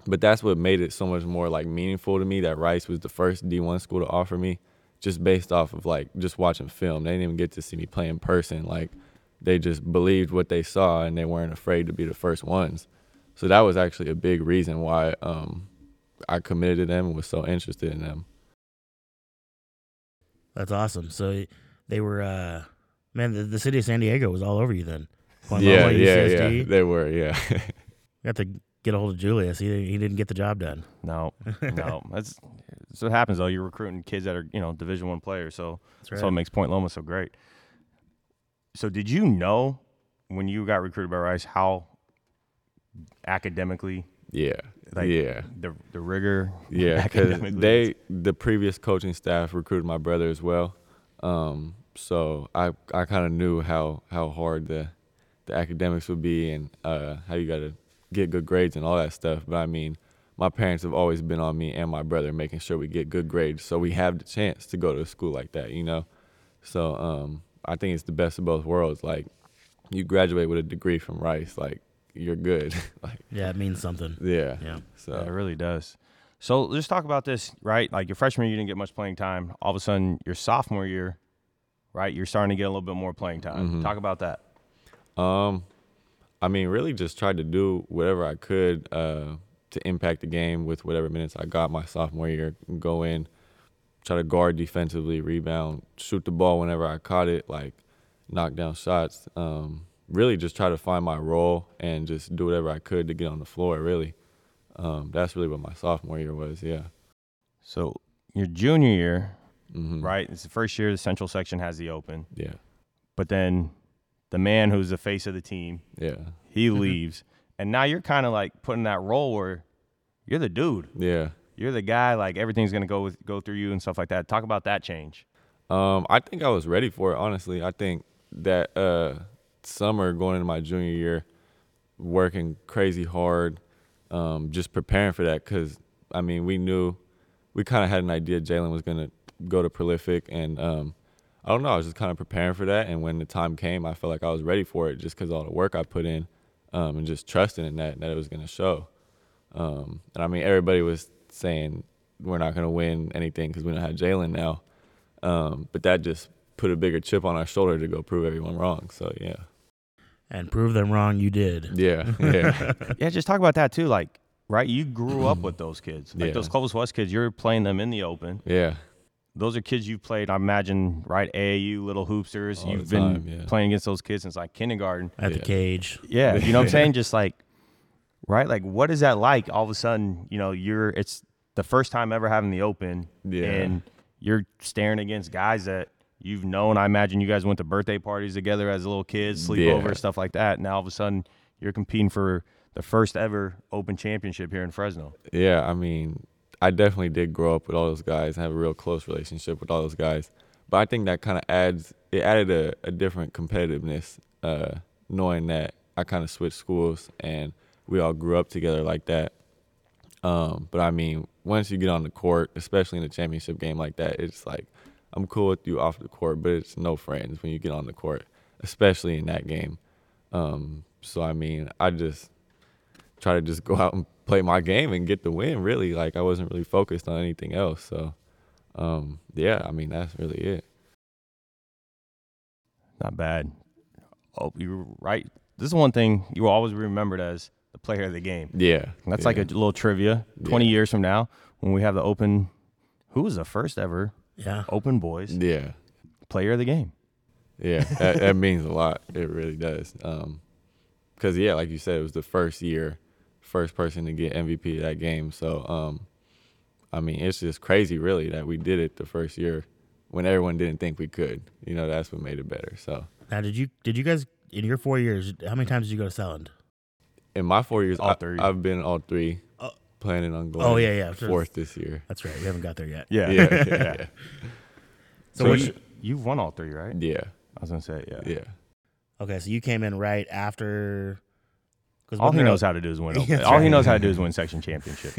Speaker 4: but that's what made it so much more like meaningful to me that Rice was the first D1 school to offer me, just based off of like just watching film. They didn't even get to see me play in person. Like they just believed what they saw and they weren't afraid to be the first ones. So that was actually a big reason why um, I committed to them and was so interested in them.
Speaker 2: That's awesome. So they were, uh, man. The, the city of San Diego was all over you then. Juan
Speaker 4: yeah,
Speaker 2: Loma,
Speaker 4: yeah, yeah.
Speaker 2: UCSD.
Speaker 4: They were, yeah.
Speaker 2: Got to get a hold of Julius. He he didn't get the job done.
Speaker 3: No, no, that's, that's what happens though. You're recruiting kids that are you know Division One players, so
Speaker 2: That's
Speaker 3: that's what makes Point Loma so great. So did you know when you got recruited by Rice how academically
Speaker 4: yeah.
Speaker 3: Like
Speaker 4: Yeah.
Speaker 3: the the rigor.
Speaker 4: Yeah, because
Speaker 3: academically.
Speaker 4: they the previous coaching staff recruited my brother as well, um, so I I kind of knew how how hard the the academics would be and uh, how you got to get good grades and all that stuff. But I mean, my parents have always been on me and my brother making sure we get good grades, so we have the chance to go to a school like that, you know. So um, I think it's the best of both worlds. Like, you graduate with a degree from Rice, like you're good. like,
Speaker 2: Yeah, it means something.
Speaker 4: yeah.
Speaker 2: Yeah.
Speaker 4: So.
Speaker 3: Yeah, it really does. So let's talk about this, right? Like your freshman year, you didn't get much playing time. All of a sudden, your sophomore year, right? You're starting to get a little bit more playing time.
Speaker 4: Mm-hmm.
Speaker 3: Talk about that.
Speaker 4: Um, I mean, really just tried to do whatever I could uh, to impact the game with whatever minutes I got my sophomore year. Go in, try to guard defensively, rebound, shoot the ball whenever I caught it, like knock down shots. Um, really just try to find my role and just do whatever I could to get on the floor, really. Um, that's really what my sophomore year was, yeah.
Speaker 3: So your junior year,
Speaker 4: hmm
Speaker 3: right? It's the first year the central section has the open,
Speaker 4: Yeah.
Speaker 3: but then the man who's the face of the team,
Speaker 4: Yeah.
Speaker 3: he
Speaker 4: Mm-hmm.
Speaker 3: leaves, and now you're kind of like put in that role where you're the dude,
Speaker 4: Yeah.
Speaker 3: you're the guy. Like everything's gonna go with go through you and stuff like that. Talk about that change.
Speaker 4: Um, I think I was ready for it. Honestly, I think that uh, summer going into my junior year, working crazy hard, um, just preparing for that. Cause I mean, we knew, we kind of had an idea Jalen was gonna go to prolific, and um, I don't know. I was just kind of preparing for that, and when the time came, I felt like I was ready for it, just cause all the work I put in, um, and just trusting in that that it was gonna show. Um, and I mean, everybody was saying we're not gonna win anything because we don't have Jalen now. Um, but that just put a bigger chip on our shoulder to go prove everyone wrong. So yeah,
Speaker 2: And prove them wrong, you did.
Speaker 4: yeah, yeah,
Speaker 3: Yeah, just talk about that too. Like, right, you grew up with those kids. Like
Speaker 4: Yeah.
Speaker 3: those Clovis West kids, you're playing them in the open.
Speaker 4: yeah,
Speaker 3: Those are kids you've played, I imagine, right? AAU, little hoopsters.
Speaker 4: All the
Speaker 3: you've been
Speaker 4: time, yeah.
Speaker 3: playing against those kids since like kindergarten.
Speaker 2: At the
Speaker 4: Yeah.
Speaker 2: cage.
Speaker 3: Yeah. You know what I'm saying? Just like, right? Like, what is that like? All of a sudden, you know, you're, it's the first time ever having the open.
Speaker 4: Yeah.
Speaker 3: And you're staring against guys that you've known. I imagine you guys went to birthday parties together as little kids, sleepover,
Speaker 4: Yeah.
Speaker 3: stuff like that. Now all of a sudden, you're competing for the first ever open championship here in Fresno.
Speaker 4: yeah. I mean, I definitely did grow up with all those guys and have a real close relationship with all those guys. But I think that kind of adds it added a, a different competitiveness, uh, knowing that I kind of switched schools and we all grew up together like that. Um, but I mean, once you get on the court, especially in a championship game like that, it's like I'm cool with you off the court, but it's no friends when you get on the court, especially in that game. Um, so I mean, I just try to just go out and play my game and get the win. Really, like I wasn't really focused on anything else. So um, yeah, I mean, that's really it.
Speaker 3: Not bad. Oh, you were right. This is one thing you will always be remembered as the player of the game.
Speaker 4: Yeah,
Speaker 3: And That's like a
Speaker 4: yeah.
Speaker 3: little trivia. 20 years from now, when we have the open, who was the first ever
Speaker 2: Yeah.
Speaker 3: open boys
Speaker 4: yeah.
Speaker 3: player of the game?
Speaker 4: Yeah, that, that means a lot. It really does. Um, because yeah, like you said, it was the first year, first person to get MVP of that game. So, um, I mean, it's just crazy, really, that we did it the first year when everyone didn't think we could. You know, that's what made it better. So,
Speaker 2: Now, did you did you guys in your four years? How many times did you go to Selland?
Speaker 4: in my four years,
Speaker 3: All
Speaker 4: I,
Speaker 3: three.
Speaker 4: I've been all three,
Speaker 2: Oh.
Speaker 4: planning on going.
Speaker 2: Oh, yeah, yeah. So
Speaker 4: Fourth this year.
Speaker 2: That's right. We haven't got there yet.
Speaker 3: Yeah.
Speaker 4: Yeah, yeah, yeah.
Speaker 2: So,
Speaker 4: So
Speaker 2: what
Speaker 4: you-
Speaker 2: you-
Speaker 3: You've won all three, right?
Speaker 4: yeah,
Speaker 3: I was going to say, yeah.
Speaker 4: yeah.
Speaker 2: okay, so you came in right after. Because
Speaker 3: All he knows how to do is win.
Speaker 2: That's
Speaker 3: all he
Speaker 2: right.
Speaker 3: knows how to do is win section championships.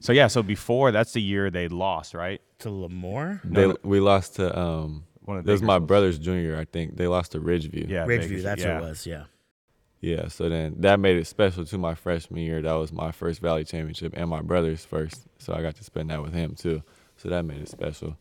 Speaker 3: so, yeah, so before, that's the year they lost, right?
Speaker 2: to Lamore.
Speaker 4: They,
Speaker 3: No, no.
Speaker 4: We lost to um.
Speaker 3: One of
Speaker 4: This was my
Speaker 3: Bakersfield's-
Speaker 4: brother's junior, I think. They lost to Ridgeview.
Speaker 3: Yeah,
Speaker 2: Ridgeview.
Speaker 3: Bakersfield,
Speaker 2: That's
Speaker 3: yeah.
Speaker 2: who it was. Yeah.
Speaker 4: Yeah, so then that made it special to my freshman year. That was my first Valley Championship and my brother's first. So I got to spend that with him too. So that made it special.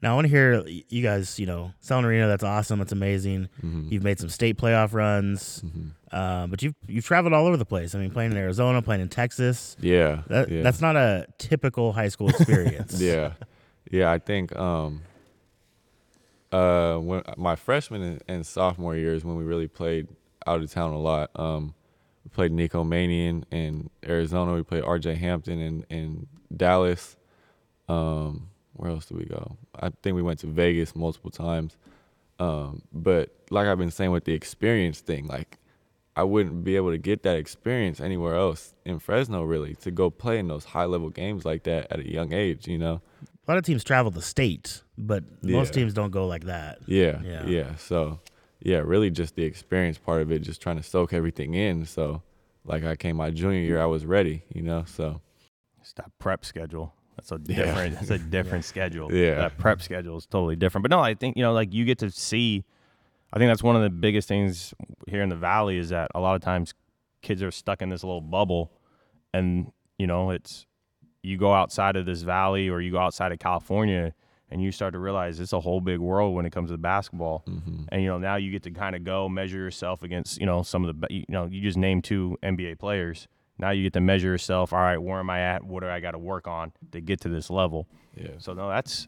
Speaker 2: Now I want to hear you guys. You know, Selland Arena. That's awesome. That's amazing.
Speaker 4: Mm-hmm.
Speaker 2: You've made some state playoff runs,
Speaker 4: hmm
Speaker 2: uh, but you've you've traveled all over the place. I mean, playing in Arizona, playing in Texas.
Speaker 4: Yeah.
Speaker 2: That,
Speaker 4: yeah.
Speaker 2: That's not a typical high school experience.
Speaker 4: yeah. Yeah, I think um uh when my freshman and, and sophomore years when we really played out of town a lot. Um we played Nico Manian in Arizona, we played RJ Hampton in, in Dallas. Um where else did we go? I think we went to Vegas multiple times. Um but like I've been saying with the experience thing, like I wouldn't be able to get that experience anywhere else in Fresno, really, to go play in those high level games like that at a young age, you know?
Speaker 2: A lot of teams travel the states, but
Speaker 4: Yeah.
Speaker 2: most teams don't go like that.
Speaker 4: Yeah,
Speaker 2: Yeah.
Speaker 4: yeah. So, yeah, really just the experience part of it, just trying to soak everything in. So, like, I came my junior year, I was ready, you know? So,
Speaker 3: Stop prep schedule. That's a different. That's a different schedule.
Speaker 4: Yeah.
Speaker 3: that prep schedule is totally different. But no, I think you know, like you get to see. I think that's one of the biggest things here in the valley is that a lot of times kids are stuck in this little bubble, and you know, it's you go outside of this valley or you go outside of California and you start to realize it's a whole big world when it comes to basketball. And you know, now you get to kind of go measure yourself against, you know, some of the be- you know, you just name two NBA players. Now you get to measure yourself, all right, where am I at? What do I got to work on to get to this level?
Speaker 4: yeah.
Speaker 3: So no, that's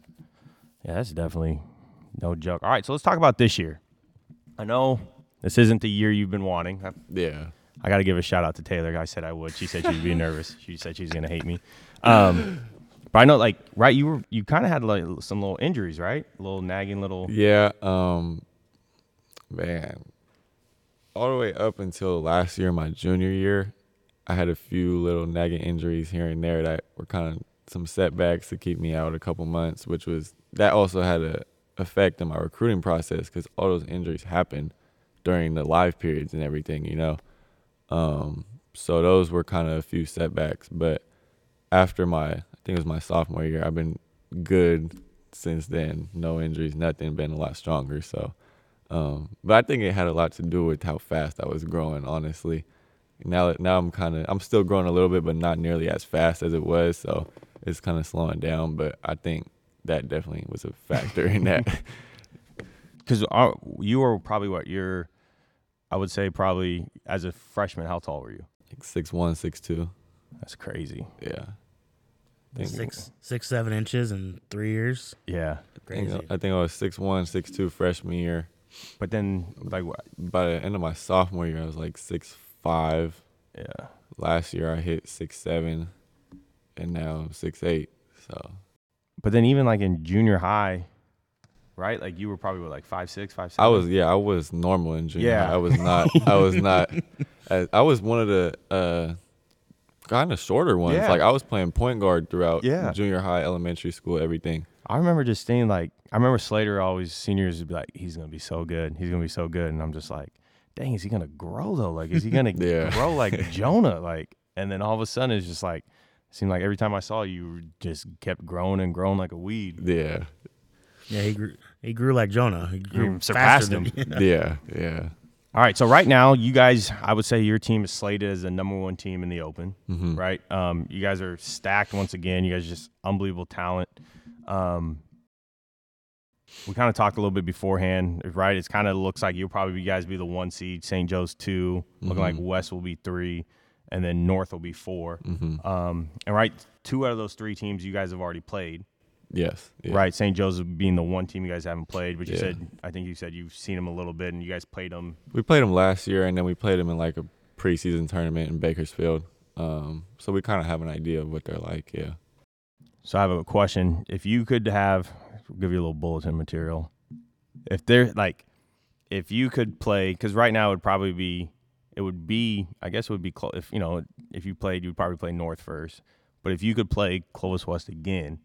Speaker 3: yeah, that's definitely no joke. All right, so let's talk about this year. I know this isn't the year you've been wanting. I-
Speaker 4: Yeah.
Speaker 3: I got to give a shout out to Taylor. I said I would. She said she'd be nervous. She said she's gonna hate me. Um, but I know, like, right? You were you kind of had like some little injuries, right? Little nagging, little.
Speaker 4: Yeah, um man. All the way up until last year, my junior year, I had a few little nagging injuries here and there that were kind of some setbacks to keep me out a couple months, which was that also had a effect on my recruiting process cuz all those injuries happened during the live periods and everything, you know. Um so those were kind of a few setbacks, but after my I think it was my sophomore year, I've been good since then. No injuries, nothing. Been a lot stronger. So, um, but I think it had a lot to do with how fast I was growing. Honestly, now that now I'm kind of I'm still growing a little bit, but not nearly as fast as it was. So it's kind of slowing down. But I think that definitely was a factor in that.
Speaker 3: Because uh, you were probably what you're. I would say probably as a freshman, how tall were you?
Speaker 4: like six one, six two.
Speaker 3: That's crazy.
Speaker 4: Yeah. I think-
Speaker 2: Six, six, seven inches in three years.
Speaker 3: Yeah,
Speaker 4: I think I-
Speaker 2: Crazy.
Speaker 4: I think I was six one, six two freshman year.
Speaker 3: but then like what?
Speaker 4: By the end of my sophomore year, I was like six five.
Speaker 3: Yeah,
Speaker 4: last year I hit six seven, and now I'm six eight. So
Speaker 3: but then even like in junior high, right? Like you were probably what, like five six, five six.
Speaker 4: I was yeah I was normal in junior.
Speaker 3: Yeah.
Speaker 4: high. I was not I was not I, I was one of the uh, kind of shorter ones.
Speaker 3: Yeah.
Speaker 4: Like I was playing point guard throughout
Speaker 3: Yeah.
Speaker 4: junior high, elementary school, everything.
Speaker 3: I remember just thinking like I remember Slater always seniors would be like, he's gonna be so good, he's gonna be so good, and I'm just like, dang, is he gonna grow though? Like, is he gonna
Speaker 4: Yeah.
Speaker 3: grow like Jonah? Like, and then all of a sudden it's just like, seemed like every time I saw you, you just kept growing and growing like a weed.
Speaker 4: Yeah,
Speaker 2: Yeah, he grew. He grew like Jonah. He grew
Speaker 3: You surpassed
Speaker 2: faster than-
Speaker 3: him.
Speaker 4: yeah, yeah.
Speaker 3: All right, so right now you guys, I would say your team is slated as the number one team in the Open,
Speaker 4: Mm-hmm.
Speaker 3: right? Um, you guys are stacked once again. You guys just unbelievable talent. Um, we kind of talked a little bit beforehand, right? It's kind of looks like you'll probably be- you guys be the one seed, St. Joe's 2 looking
Speaker 4: Mm-hmm.
Speaker 3: like West will be three, and then North will be 4
Speaker 4: Mm-hmm.
Speaker 3: Um, and right, two out of those three teams you guys have already played,
Speaker 4: Yes. yeah.
Speaker 3: right? St. Joe's being the one team you guys haven't played, but you
Speaker 4: Yeah.
Speaker 3: said I think you said you've seen them a little bit, and you guys played them.
Speaker 4: We played them last year, and then we played them in like a preseason tournament in Bakersfield. Um, so we kind of have an idea of what they're like. Yeah.
Speaker 3: So I have a question. If you could have, I'll give you a little bulletin material. If they're like, if you could play, because right now it would probably be, it would be, I guess it would be close. If you know, if you played, you'd probably play North first. But if you could play Clovis West again,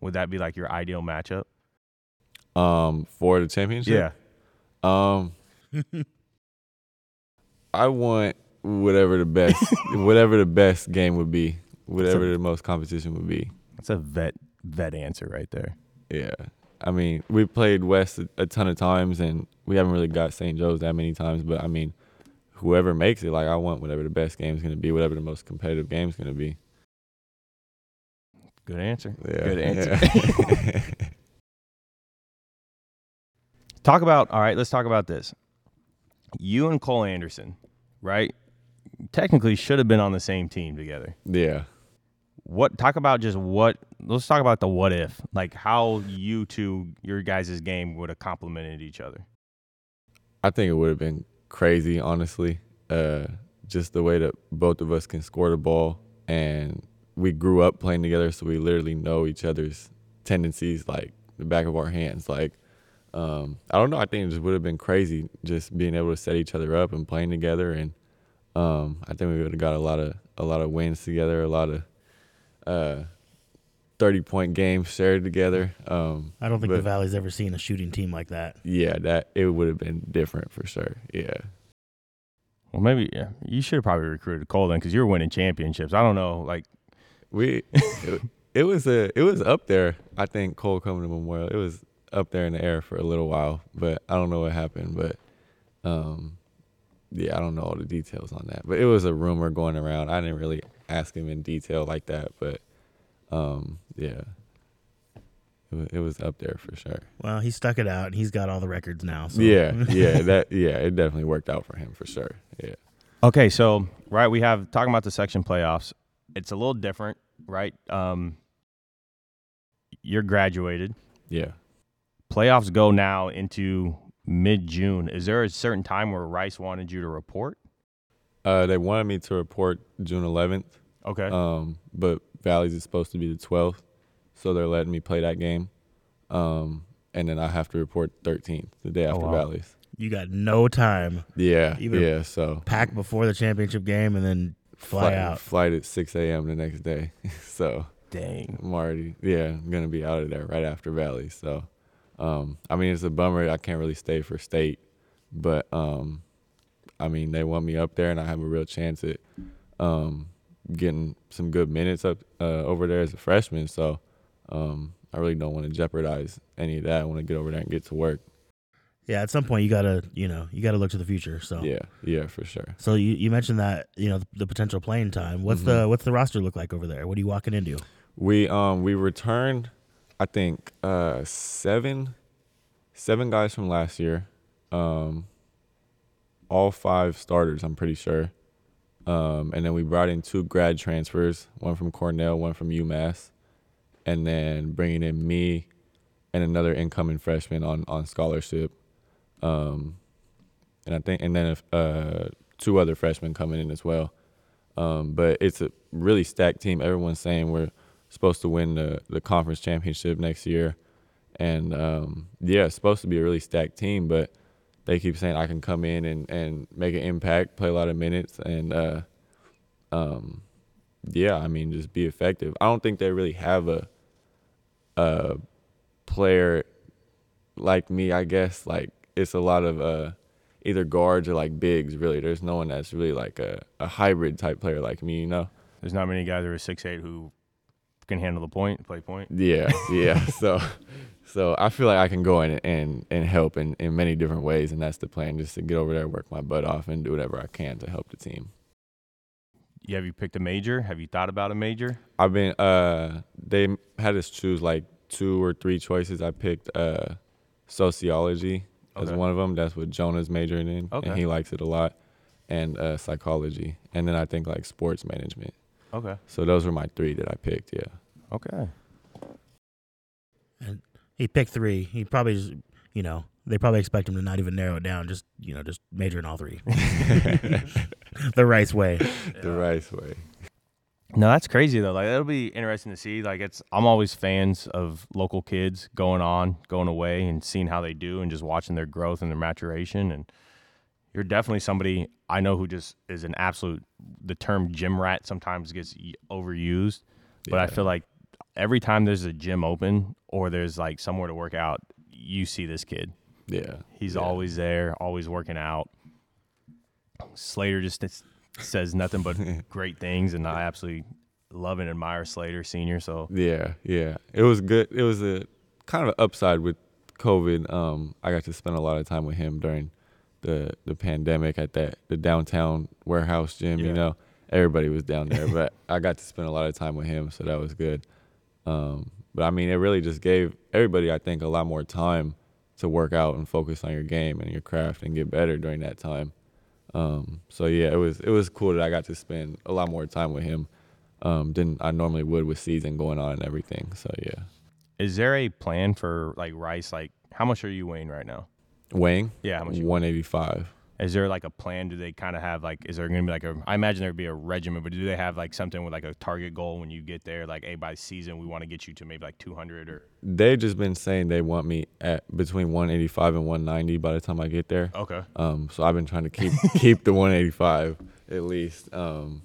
Speaker 3: would that be like your ideal matchup?
Speaker 4: Um, for the championship. Um, I want whatever the best, whatever the best game would be, whatever the most competition would be.
Speaker 3: that's a vet vet answer right there.
Speaker 4: Yeah, I mean, we played West a, a ton of times, and we haven't really got St. Joe's that many times. But I mean, whoever makes it, like, I want whatever the best game's gonna be, whatever the most competitive game's gonna be.
Speaker 3: Good answer.
Speaker 4: Yeah,
Speaker 3: Good answer.
Speaker 4: yeah.
Speaker 3: Talk about all right. Let's talk about this. You and Cole Anderson, right? Technically, should have been on the same team together.
Speaker 4: yeah.
Speaker 3: what talk about just what let's talk about the what if like how you two your guys' game would have complemented each other
Speaker 4: I think it would have been crazy, honestly. Uh, just the way that both of us can score the ball, and we grew up playing together, so we literally know each other's tendencies like the back of our hands. Like, um, I don't know. I think it just would have been crazy just being able to set each other up and playing together, and um, I think we would have got a lot of a lot of wins together, a lot of uh, thirty point games shared together. Um,
Speaker 2: I don't think the
Speaker 4: but-
Speaker 2: Valley's ever seen a shooting team like that.
Speaker 4: yeah, that it would have been different for sure. Yeah.
Speaker 3: Well, maybe yeah, you should have probably recruited Cole then because you were winning championships. I don't know. Like,
Speaker 4: We it, it was a it was up there. I think Cole coming to Memorial, it was up there in the air for a little while, but I don't know what happened, but um yeah, I don't know all the details on that. But it was a rumor going around. I didn't really ask him in detail like that, but um yeah. It was, it was up there for sure.
Speaker 2: Well, he stuck it out and he's got all the records now. So.
Speaker 4: Yeah, yeah, that yeah, it definitely worked out for him for sure. Yeah.
Speaker 3: okay, so right, we have talking about the section playoffs. It's a little different, right? Um, you're graduated.
Speaker 4: Yeah.
Speaker 3: Playoffs go now into mid June. Is there a certain time where Rice wanted you to report?
Speaker 4: Uh they wanted me to report June 11th.
Speaker 3: Okay.
Speaker 4: Um, but Valley's is supposed to be the 12th, so they're letting me play that game. Um, and then I have to report 13th, the day after
Speaker 3: Oh, wow.
Speaker 4: Valley's.
Speaker 2: You got no time.
Speaker 4: Yeah,
Speaker 2: Even-
Speaker 4: yeah. So
Speaker 2: Pack before the championship game and then fly out.
Speaker 4: flight at 6 a.m. the next day. so
Speaker 3: Dang.
Speaker 4: I'm already, yeah, I'm gonna be out of there right after Valley. So, um, I mean, it's a bummer. I can't really stay for state, but um, I mean, they want me up there, and I have a real chance at um, getting some good minutes up uh, over there as a freshman. So, um, I really don't want to jeopardize any of that. I want to get over there and get to work.
Speaker 2: Yeah, at some point you gotta, you know, you gotta look to the future. So
Speaker 4: Yeah, yeah, for sure.
Speaker 2: So you, you mentioned that you know the, the potential playing time. What's
Speaker 4: Mm-hmm.
Speaker 2: the what's the roster look like over there? What are you walking into?
Speaker 4: We um we returned, I think uh seven, seven guys from last year, um, all five starters. I'm pretty sure, um, and then we brought in two grad transfers, one from Cornell, one from UMass, and then bringing in me, and another incoming freshman on on scholarship, um, and I think and then if, uh two other freshmen coming in as well. Um, but it's a really stacked team. Everyone's saying we're supposed to win the, the conference championship next year. And um, yeah, it's supposed to be a really stacked team, but they keep saying I can come in and, and make an impact, play a lot of minutes, and uh, um, yeah, I mean, just be effective. I don't think they really have a, a player like me, I guess. Like, it's a lot of. Uh, either guards or like bigs really there's no one that's really like a, a hybrid type player like me you know
Speaker 3: There's not many guys that are six eight who can handle the point, play point.
Speaker 4: yeah yeah so so i feel like i can go in and and help in, in many different ways and that's the plan just to get over there work my butt off and do whatever i can to help the team
Speaker 3: You- Have you picked a major? Have you thought about a major?
Speaker 4: i've been uh they had us choose like two or three choices i picked uh sociology as
Speaker 3: Okay.
Speaker 4: one of them that's what jonah's majoring in
Speaker 3: Okay.
Speaker 4: and he likes it a lot and uh psychology and then i think like sports management
Speaker 3: Okay.
Speaker 4: so those were my three that i picked yeah
Speaker 3: Okay.
Speaker 2: And he picked three. He probably, just, you know, they probably expect him to not even narrow it down. Just you know, just major in all three the right way.
Speaker 4: the right way.
Speaker 3: No, that's crazy though. Like it'll be interesting to see. Like it's I'm always fans of local kids going on, going away and seeing how they do and just watching their growth and their maturation and you're definitely somebody I know who just is an absolute the term gym rat sometimes gets y- overused, but I
Speaker 4: Yeah.
Speaker 3: feel like every time there's a gym open or there's like somewhere to work out, you see this kid.
Speaker 4: Yeah.
Speaker 3: He's
Speaker 4: Yeah.
Speaker 3: always there, always working out. Slater just s- says nothing but great things, and I absolutely love and admire Slater Senior. So
Speaker 4: Yeah, yeah. It was good. It was a kind of an upside with COVID. Um, I got to spend a lot of time with him during the the pandemic at that the downtown warehouse gym.
Speaker 3: Yeah.
Speaker 4: You know, everybody was down there, but I got to spend a lot of time with him, so that was good. Um, but I mean, it really just gave everybody, I think, a lot more time to work out and focus on your game and your craft and get better during that time. Um, so yeah, it was it was cool that I got to spend a lot more time with him um, than I normally would with season going on and everything. So yeah,
Speaker 3: is there a plan for like Rice? Like, how much are you weighing right now?
Speaker 4: weighing
Speaker 3: Yeah, how much? You,
Speaker 4: one eighty five.
Speaker 3: is there like a plan? Do they kind of have like? Is there going to be like a? I imagine there'd be a regimen, but do they have like something with like a target goal when you get there? Like, hey, by season we want to get you to maybe like two hundred or
Speaker 4: They've just been saying they want me at between one eighty
Speaker 3: Oh.
Speaker 4: five and one ninety by the time I get there.
Speaker 3: okay.
Speaker 4: Um, so I've been trying to keep keep the one eighty five at least. Um,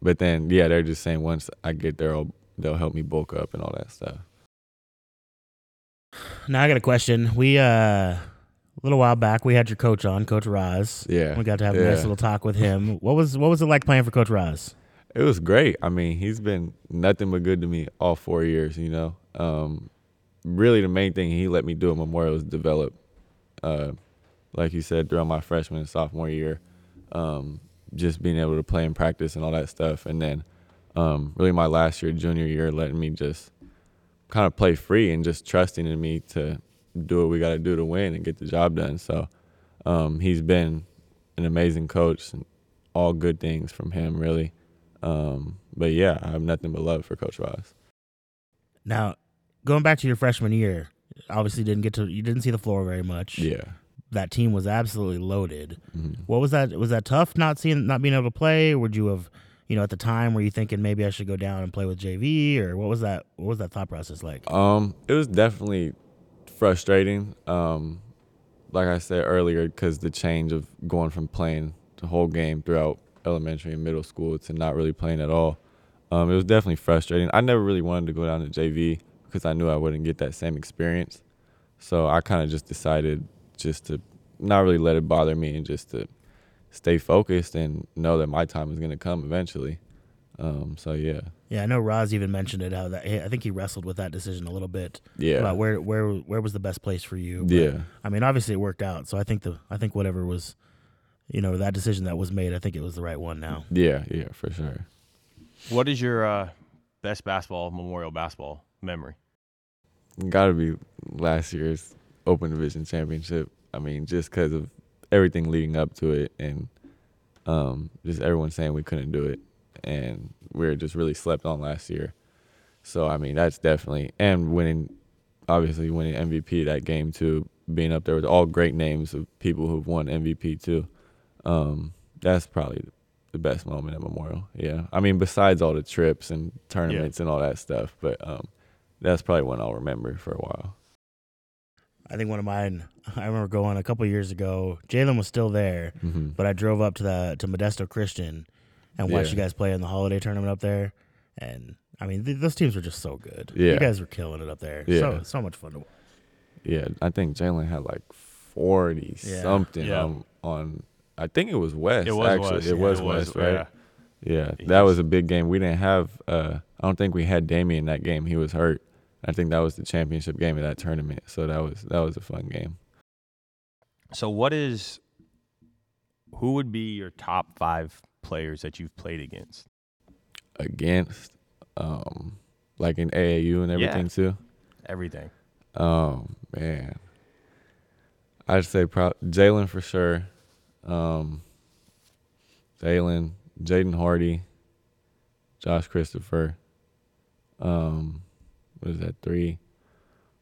Speaker 4: but then, yeah, they're just saying once I get there, I'll, they'll help me bulk up and all that stuff.
Speaker 2: Now I got a question. We uh, a little while back we had your coach on, Coach Roz.
Speaker 4: Yeah,
Speaker 2: We got to have a
Speaker 4: yeah.
Speaker 2: nice little talk with him. What was what was it like playing for Coach Roz?
Speaker 4: It was great. I mean, he's been nothing but good to me all four years, you know. Um, really, the main thing he let me do at Memorial was develop, uh, like you said, throughout my freshman and sophomore year, um, just being able to play and practice and all that stuff. And then, um, really, my last year, junior year, letting me just kind of play free and just trusting in me to do what we got to do to win and get the job done. So, um, he's been an amazing coach and all good things from him, really. Um, but yeah, I have nothing but love for Coach Ross.
Speaker 2: Now, going back to your freshman year, obviously didn't get to you didn't see the floor very much.
Speaker 4: Yeah.
Speaker 2: That team was absolutely loaded.
Speaker 4: Mhm.
Speaker 2: What was that? Was that tough? Not seeing, not being able to play. Would you have, you know, at the time, were you thinking maybe I should go down and play with JV, or what was that? What was that thought process like?
Speaker 4: Um, it was definitely frustrating. Um, like I said earlier, because the change of going from playing the whole game throughout elementary and middle school to not really playing at all, um, it was definitely frustrating. I never really wanted to go down to JV because I knew I wouldn't get that same experience. So I kind of just decided just to not really let it bother me and just to stay focused and know that my time is going to come eventually. Um, so yeah,
Speaker 2: Yeah, I know Roz even mentioned it. How that I think he wrestled with that decision a little bit.
Speaker 4: Yeah.
Speaker 2: About where where where was the best place for you? But,
Speaker 4: Yeah.
Speaker 2: I mean, obviously it worked out. So I think the I think whatever was, you know, that decision that was made, I think it was the right one. Now.
Speaker 4: yeah, yeah, for sure.
Speaker 5: What is your uh, best basketball memorial basketball memory?
Speaker 4: got to be last year's Open Division Championship. I mean, just because of everything leading up to it and um, just everyone saying we couldn't do it. And we were just really slept on last year. So, I mean, that's definitely, and winning, obviously winning MVP that game too, being up there with all great names of people who've won MVP too. Um, that's probably the best moment at Memorial. Yeah. I mean, besides all the trips and tournaments and all that stuff, but um, that's probably one I'll remember for a while.
Speaker 2: I think one of mine. I remember going a couple years ago. Jalen was still there,
Speaker 4: Mm-hmm.
Speaker 2: but I drove up to the to Modesto Christian and watched
Speaker 4: Yeah.
Speaker 2: you guys play in the holiday tournament up there. And I mean, th- those teams were just so good.
Speaker 4: Yeah.
Speaker 2: You guys were killing it up there.
Speaker 4: Yeah.
Speaker 2: So so much fun to watch.
Speaker 4: Yeah, I think Jalen had like forty
Speaker 2: Yeah.
Speaker 4: something
Speaker 5: Yeah.
Speaker 4: on, on. I think it was West.
Speaker 5: It was
Speaker 4: actually.
Speaker 5: West,
Speaker 4: It
Speaker 5: yeah.
Speaker 4: was
Speaker 5: It was,
Speaker 4: West, right?
Speaker 5: yeah.
Speaker 4: Yeah,
Speaker 5: He
Speaker 4: that
Speaker 5: was-
Speaker 4: was a big game. We didn't have. Uh, I don't think we had Damian that game. He was hurt. I think that was the championship game of that tournament. So that was that was a fun game.
Speaker 5: So, what is who would be your top five players that you've played against?
Speaker 4: Against, um, like in AAU and
Speaker 5: Yeah.
Speaker 4: everything too.
Speaker 5: Everything.
Speaker 4: Oh man, I'd say pro- Jalen for sure. Um, Jalen, Jaden Hardy, Josh Christopher. Um, what is that three?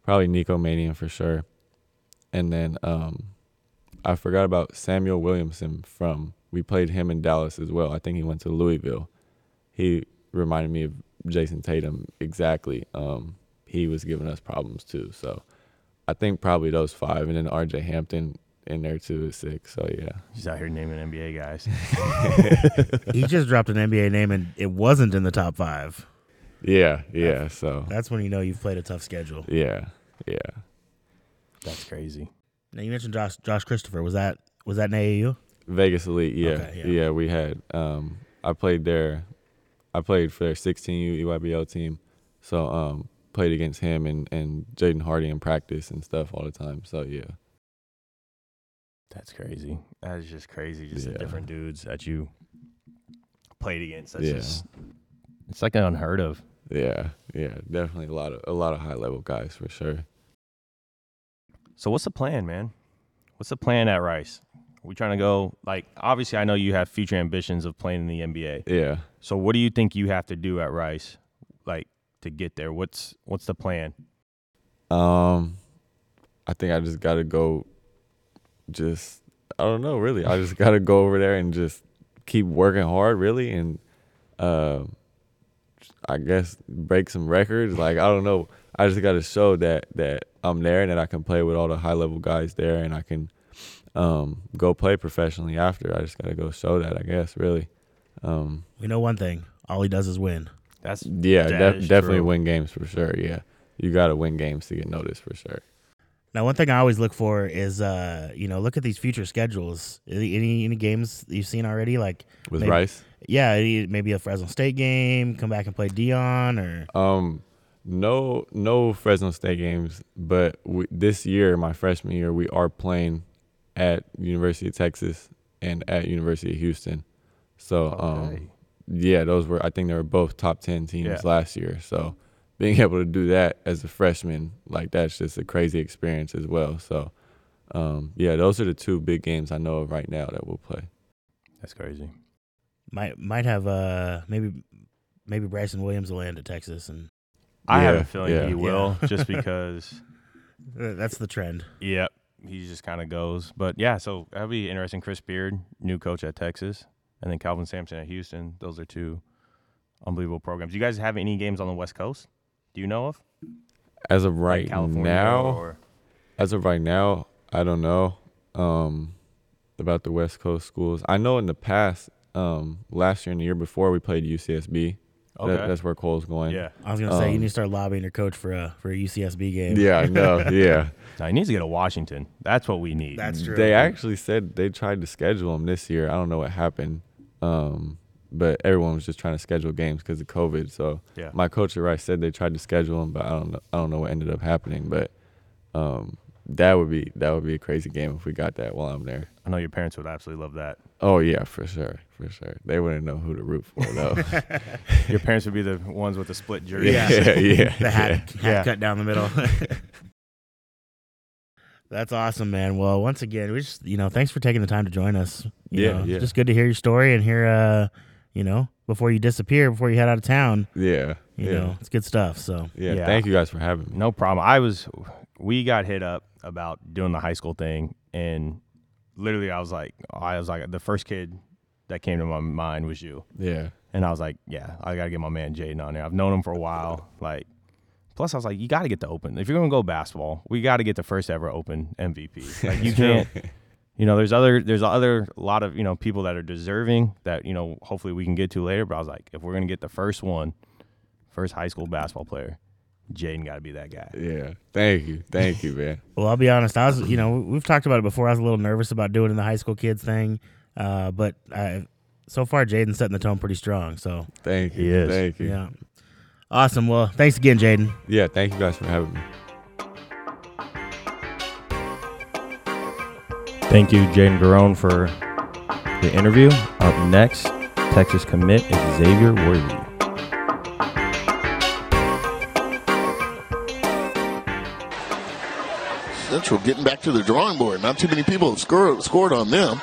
Speaker 4: Probably Nico Manian for sure, and then um, I forgot about Samuel Williamson from. We played him in Dallas as well. I think he went to Louisville. He reminded me of Jason Tatum exactly. Um, he was giving us problems too. So I think probably those five, and then R.J. Hampton in there too is six. So yeah,
Speaker 5: He's out here naming NBA guys.
Speaker 2: he just dropped an NBA name and it wasn't in the top five.
Speaker 4: yeah, yeah. So
Speaker 2: That's when you know you've played a tough schedule.
Speaker 4: yeah, yeah.
Speaker 5: That's crazy.
Speaker 2: Now you mentioned Josh Josh Christopher. Was that was that an AAU?
Speaker 4: Vegas Elite. Yeah,
Speaker 2: Okay, yeah.
Speaker 4: yeah. we had. Um, I played there. I played for their E 16U EYBL team. So um, played against him and and Jaden Hardy in practice and stuff all the time. So yeah,
Speaker 5: That's crazy. That is just crazy. Just the
Speaker 4: Yeah.
Speaker 5: different dudes that you played against. That's
Speaker 4: Yeah.
Speaker 5: just it's like unheard of.
Speaker 4: yeah, yeah. Definitely a lot of a lot of high level guys for sure.
Speaker 5: So what's the plan, man? What's the plan at Rice? Are we trying to go like obviously I know you have future ambitions of playing in the NBA.
Speaker 4: Yeah.
Speaker 5: So what do you think you have to do at Rice like to get there? What's what's the plan?
Speaker 4: Um, I think I just gotta go. Just I don't know, really. I just gotta go over there and just keep working hard, really, and uh, I guess break some records. Like I don't know. I just gotta show that that I'm there and that I can play with all the high level guys there, and I can um, go play professionally after. I just got to go show that, I guess, really. Um,
Speaker 2: We know one thing. All he does is win.
Speaker 5: That's
Speaker 4: yeah,
Speaker 5: That
Speaker 4: def-
Speaker 5: is
Speaker 4: definitely
Speaker 5: true.
Speaker 4: win games for sure. Yeah. You got to win games to get noticed for sure.
Speaker 2: Now, one thing I always look for is, uh, you know, look at these future schedules. Any any any games you've seen already? Like,
Speaker 4: With
Speaker 2: Maybe.
Speaker 4: Rice?
Speaker 2: yeah, any- maybe a Fresno State game. Come back and play Dion, or
Speaker 4: Um, no, no Fresno State games, but we, this year, my freshman year, we are playing at University of Texas and at University of Houston. So, um,
Speaker 5: Okay.
Speaker 4: yeah, those were I think they were both top ten teams
Speaker 5: Yeah.
Speaker 4: last year. So, being able to do that as a freshman, like that's just a crazy experience as well. So, um, yeah, those are the two big games I know of right now that we'll play.
Speaker 5: that's crazy.
Speaker 2: might might have uh maybe maybe Bryson Williams will land at Texas, and
Speaker 5: I have
Speaker 4: Yeah,
Speaker 5: a feeling
Speaker 4: yeah.
Speaker 5: he will,
Speaker 2: Yeah.
Speaker 5: just because.
Speaker 2: uh, that's the trend.
Speaker 5: Yep, he just kind of goes. But yeah, so that'd be interesting. Chris Beard, new coach at Texas, and then Calvin Sampson at Houston. Those are two unbelievable programs. You guys have any games on the West Coast? Do you know of
Speaker 4: As of
Speaker 5: Like
Speaker 4: right
Speaker 5: California
Speaker 4: now,
Speaker 5: Or,
Speaker 4: as of right now, I don't know um, about the West Coast schools. I know in the past, um, last year and the year before, we played UCSB. That-
Speaker 5: okay.
Speaker 4: that's where Cole's going.
Speaker 5: yeah.
Speaker 2: I was gonna say you
Speaker 4: Um,
Speaker 2: need to start lobbying your coach for a for a UCSB game.
Speaker 4: Yeah, I know. yeah.
Speaker 5: Now he needs to get to Washington. That's what we need.
Speaker 2: that's true.
Speaker 4: They actually said they tried to schedule him this year. I don't know what happened. Um, but everyone was just trying to schedule games because of COVID. So
Speaker 5: yeah.
Speaker 4: my coach at Rice said they tried to schedule him, but I don't know, I don't know what ended up happening. But um, that would be that would be a crazy game if we got that while I'm there.
Speaker 5: I know your parents would absolutely love that.
Speaker 4: Oh yeah, for sure, for sure. They wouldn't know who to root for though.
Speaker 5: Your parents would be the ones with the split jerseys.
Speaker 2: Yeah.
Speaker 4: yeah, yeah.
Speaker 2: the hat, hat
Speaker 5: Yeah.
Speaker 2: cut down the middle. That's awesome, man. Well, once again, we just you know, thanks for taking the time to join us. You
Speaker 4: Yeah,
Speaker 2: know,
Speaker 4: yeah.
Speaker 2: Just good to hear your story and hear uh, you know, before you disappear, before you head out of town.
Speaker 4: Yeah,
Speaker 2: You
Speaker 4: yeah,
Speaker 2: know, it's good stuff. So
Speaker 4: yeah.
Speaker 5: Yeah.
Speaker 4: Thank you guys for having me.
Speaker 5: No problem. I was, we got hit up about doing the high school thing, and literally, I was like, I was like, the first kid that came to my mind was you,
Speaker 4: Yeah,
Speaker 5: and I was like, yeah, I gotta get my man Jaden on there. I've known him for a while, like. Plus, I was like, you got to get the open. If you're going to go basketball, we got to get the first ever open MVP. Like, you can't. You know, there's other, there's other lot of you know people that are deserving that you know. Hopefully, we can get to later. But I was like, if we're gonna get the first one, first high school basketball player, Jaden got to be that guy.
Speaker 4: yeah. Thank you, thank you, man.
Speaker 2: Well, I'll be honest. I was, you know, we've talked about it before. I was a little nervous about doing the high school kids thing, uh, but I, so far, Jaden's setting the tone pretty strong. So,
Speaker 4: Thank you,
Speaker 5: He is.
Speaker 4: thank you. Yeah.
Speaker 2: yeah, awesome. Well, thanks again, Jaden.
Speaker 4: thank you guys for having me.
Speaker 3: Thank you, Jaden Barone, for the interview. Up next, Texas commit Xavier Worthy.
Speaker 6: Central getting back to the drawing board. Not too many people have scored, scored on them.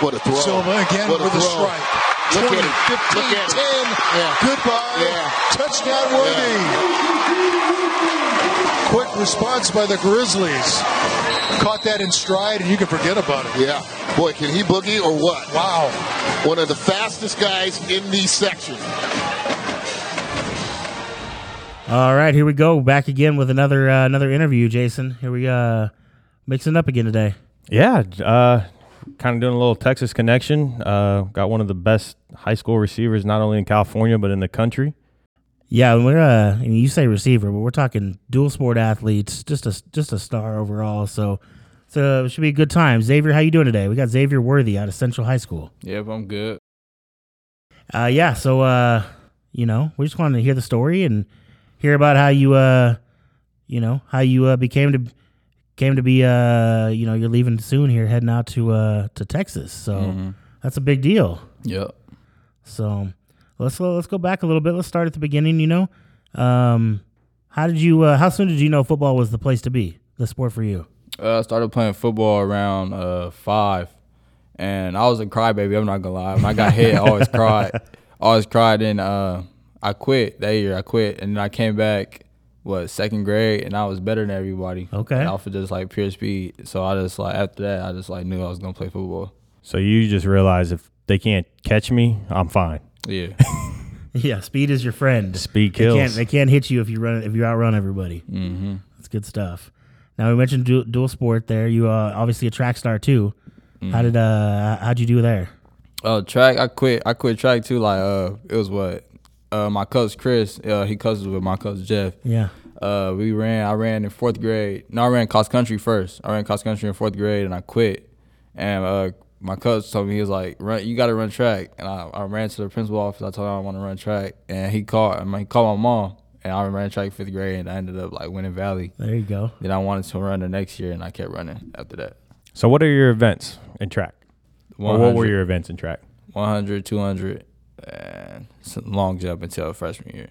Speaker 6: What a throw.
Speaker 7: Silva again
Speaker 6: what
Speaker 7: with a
Speaker 6: throw.
Speaker 7: strike.
Speaker 6: Look
Speaker 7: 20,
Speaker 6: at him. Look
Speaker 7: 15,
Speaker 6: at him.
Speaker 7: 10.
Speaker 6: Yeah.
Speaker 7: Goodbye.
Speaker 6: Yeah.
Speaker 7: Touchdown worthy. Quick response by the Grizzlies. Caught that in stride, and you can forget about it.
Speaker 6: Yeah. Boy, can he boogie or what?
Speaker 7: Wow.
Speaker 6: One of the fastest guys in the section.
Speaker 2: All right, here we go. Back again with another uh, another interview, Jason. Here we uh mixing up again today.
Speaker 3: Yeah, uh, kind of doing a little Texas connection. Uh, got one of the best high school receivers, not only in California but in the country.
Speaker 2: Yeah, and we're uh, and you say receiver, but we're talking dual sport athletes. Just a just a star overall. So, so it should be a good time. Xavier, how you doing today? We got Xavier Worthy out of Central High School.
Speaker 8: Yep, I'm good.
Speaker 2: Uh, yeah. So, uh, you know, we just wanted to hear the story and hear about how you, uh, you know, how you uh, became to came to be, uh, you know, you're leaving soon here, heading out to uh, to Texas. So that's a big deal.
Speaker 8: Yep.
Speaker 2: So let's uh, let's go back a little bit. Let's start at the beginning. You know, um, how did you? Uh, how soon did you know football was the place to be, the sport for you?
Speaker 8: Uh, I started playing football around uh, five, and I was a crybaby. I'm not gonna lie. When I got hit, I always cried. Always cried, and uh, I quit that year. I quit, and then I came back. What second grade, and I was better than everybody.
Speaker 2: Okay.
Speaker 8: and off of just like pure speed. So I just like after that, I just like knew I was gonna play football.
Speaker 3: So you just realize if they can't catch me, I'm fine.
Speaker 8: Yeah,
Speaker 2: Yeah, speed is your friend.
Speaker 3: Speed
Speaker 2: They can't
Speaker 3: kills.
Speaker 2: they can't hit you if you run if you outrun everybody. Mm-hmm. That's good stuff. Now we mentioned du- dual sport there. You uh, obviously a track star too. How did uh how'd you do there?
Speaker 8: Uh, track. I quit. I quit track too. Like, uh, it was what, uh, my coach Chris. Uh, he coaches with my coach Jeff.
Speaker 2: Yeah.
Speaker 8: Uh, we ran. I ran in fourth grade. No, I ran cross country first. I ran cross country in fourth grade, and I quit. And uh, my coach told me he was like, "Run, you got to run track." And I, I ran to the principal office. I told him I want to run track, and he called. I mean, he called my mom, and I ran track fifth grade, and I ended up like winning valley.
Speaker 2: There you go.
Speaker 8: Then I wanted to run the next year, and I kept running after that.
Speaker 3: So, what are your events in track? Or what were
Speaker 8: 100.
Speaker 3: your events in track?
Speaker 8: 100, 200, and some long jump until freshman year.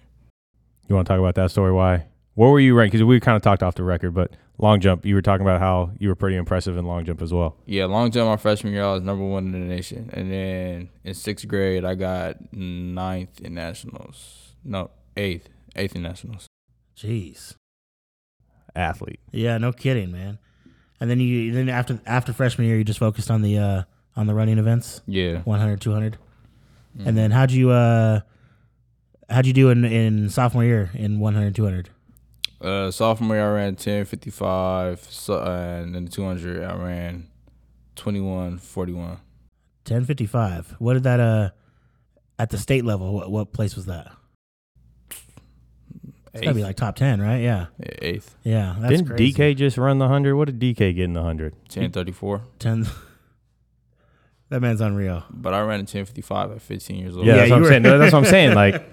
Speaker 3: You want to talk about that story? Why? Where were you ranked? Because we kind of talked off the record, but long jump, you were talking about how you were pretty impressive in long jump as well.
Speaker 8: Yeah, long jump my freshman year, I was number one in the nation. And then in sixth grade, I got ninth in nationals. No, eighth. Eighth in nationals.
Speaker 2: Jeez.
Speaker 3: Athlete.
Speaker 2: Yeah, no kidding, man. And then you then after after freshman year you just focused on the uh on the running events,
Speaker 8: Yeah.
Speaker 2: 100, 200. And then how'd you uh how'd you do in in sophomore year in 100, 200?
Speaker 8: Uh, sophomore year, I ran 10, 55. So, uh, and then 200, I ran 21, 41.
Speaker 2: 1055. What did that uh at the state level? What what place was that? It's got to be
Speaker 8: Eighth.
Speaker 2: like top 10, right? Yeah.
Speaker 8: Yeah, eighth.
Speaker 2: Yeah, that's
Speaker 3: Didn't
Speaker 2: crazy.
Speaker 3: DK just run the 100? What did DK get in the 100?
Speaker 8: 10, 34.
Speaker 2: 10 That man's unreal.
Speaker 8: But I ran a 10, 55 at 15 years old.
Speaker 3: Yeah, that's
Speaker 2: you
Speaker 3: what I'm
Speaker 2: were-
Speaker 3: saying. No, That's what I'm saying. Like,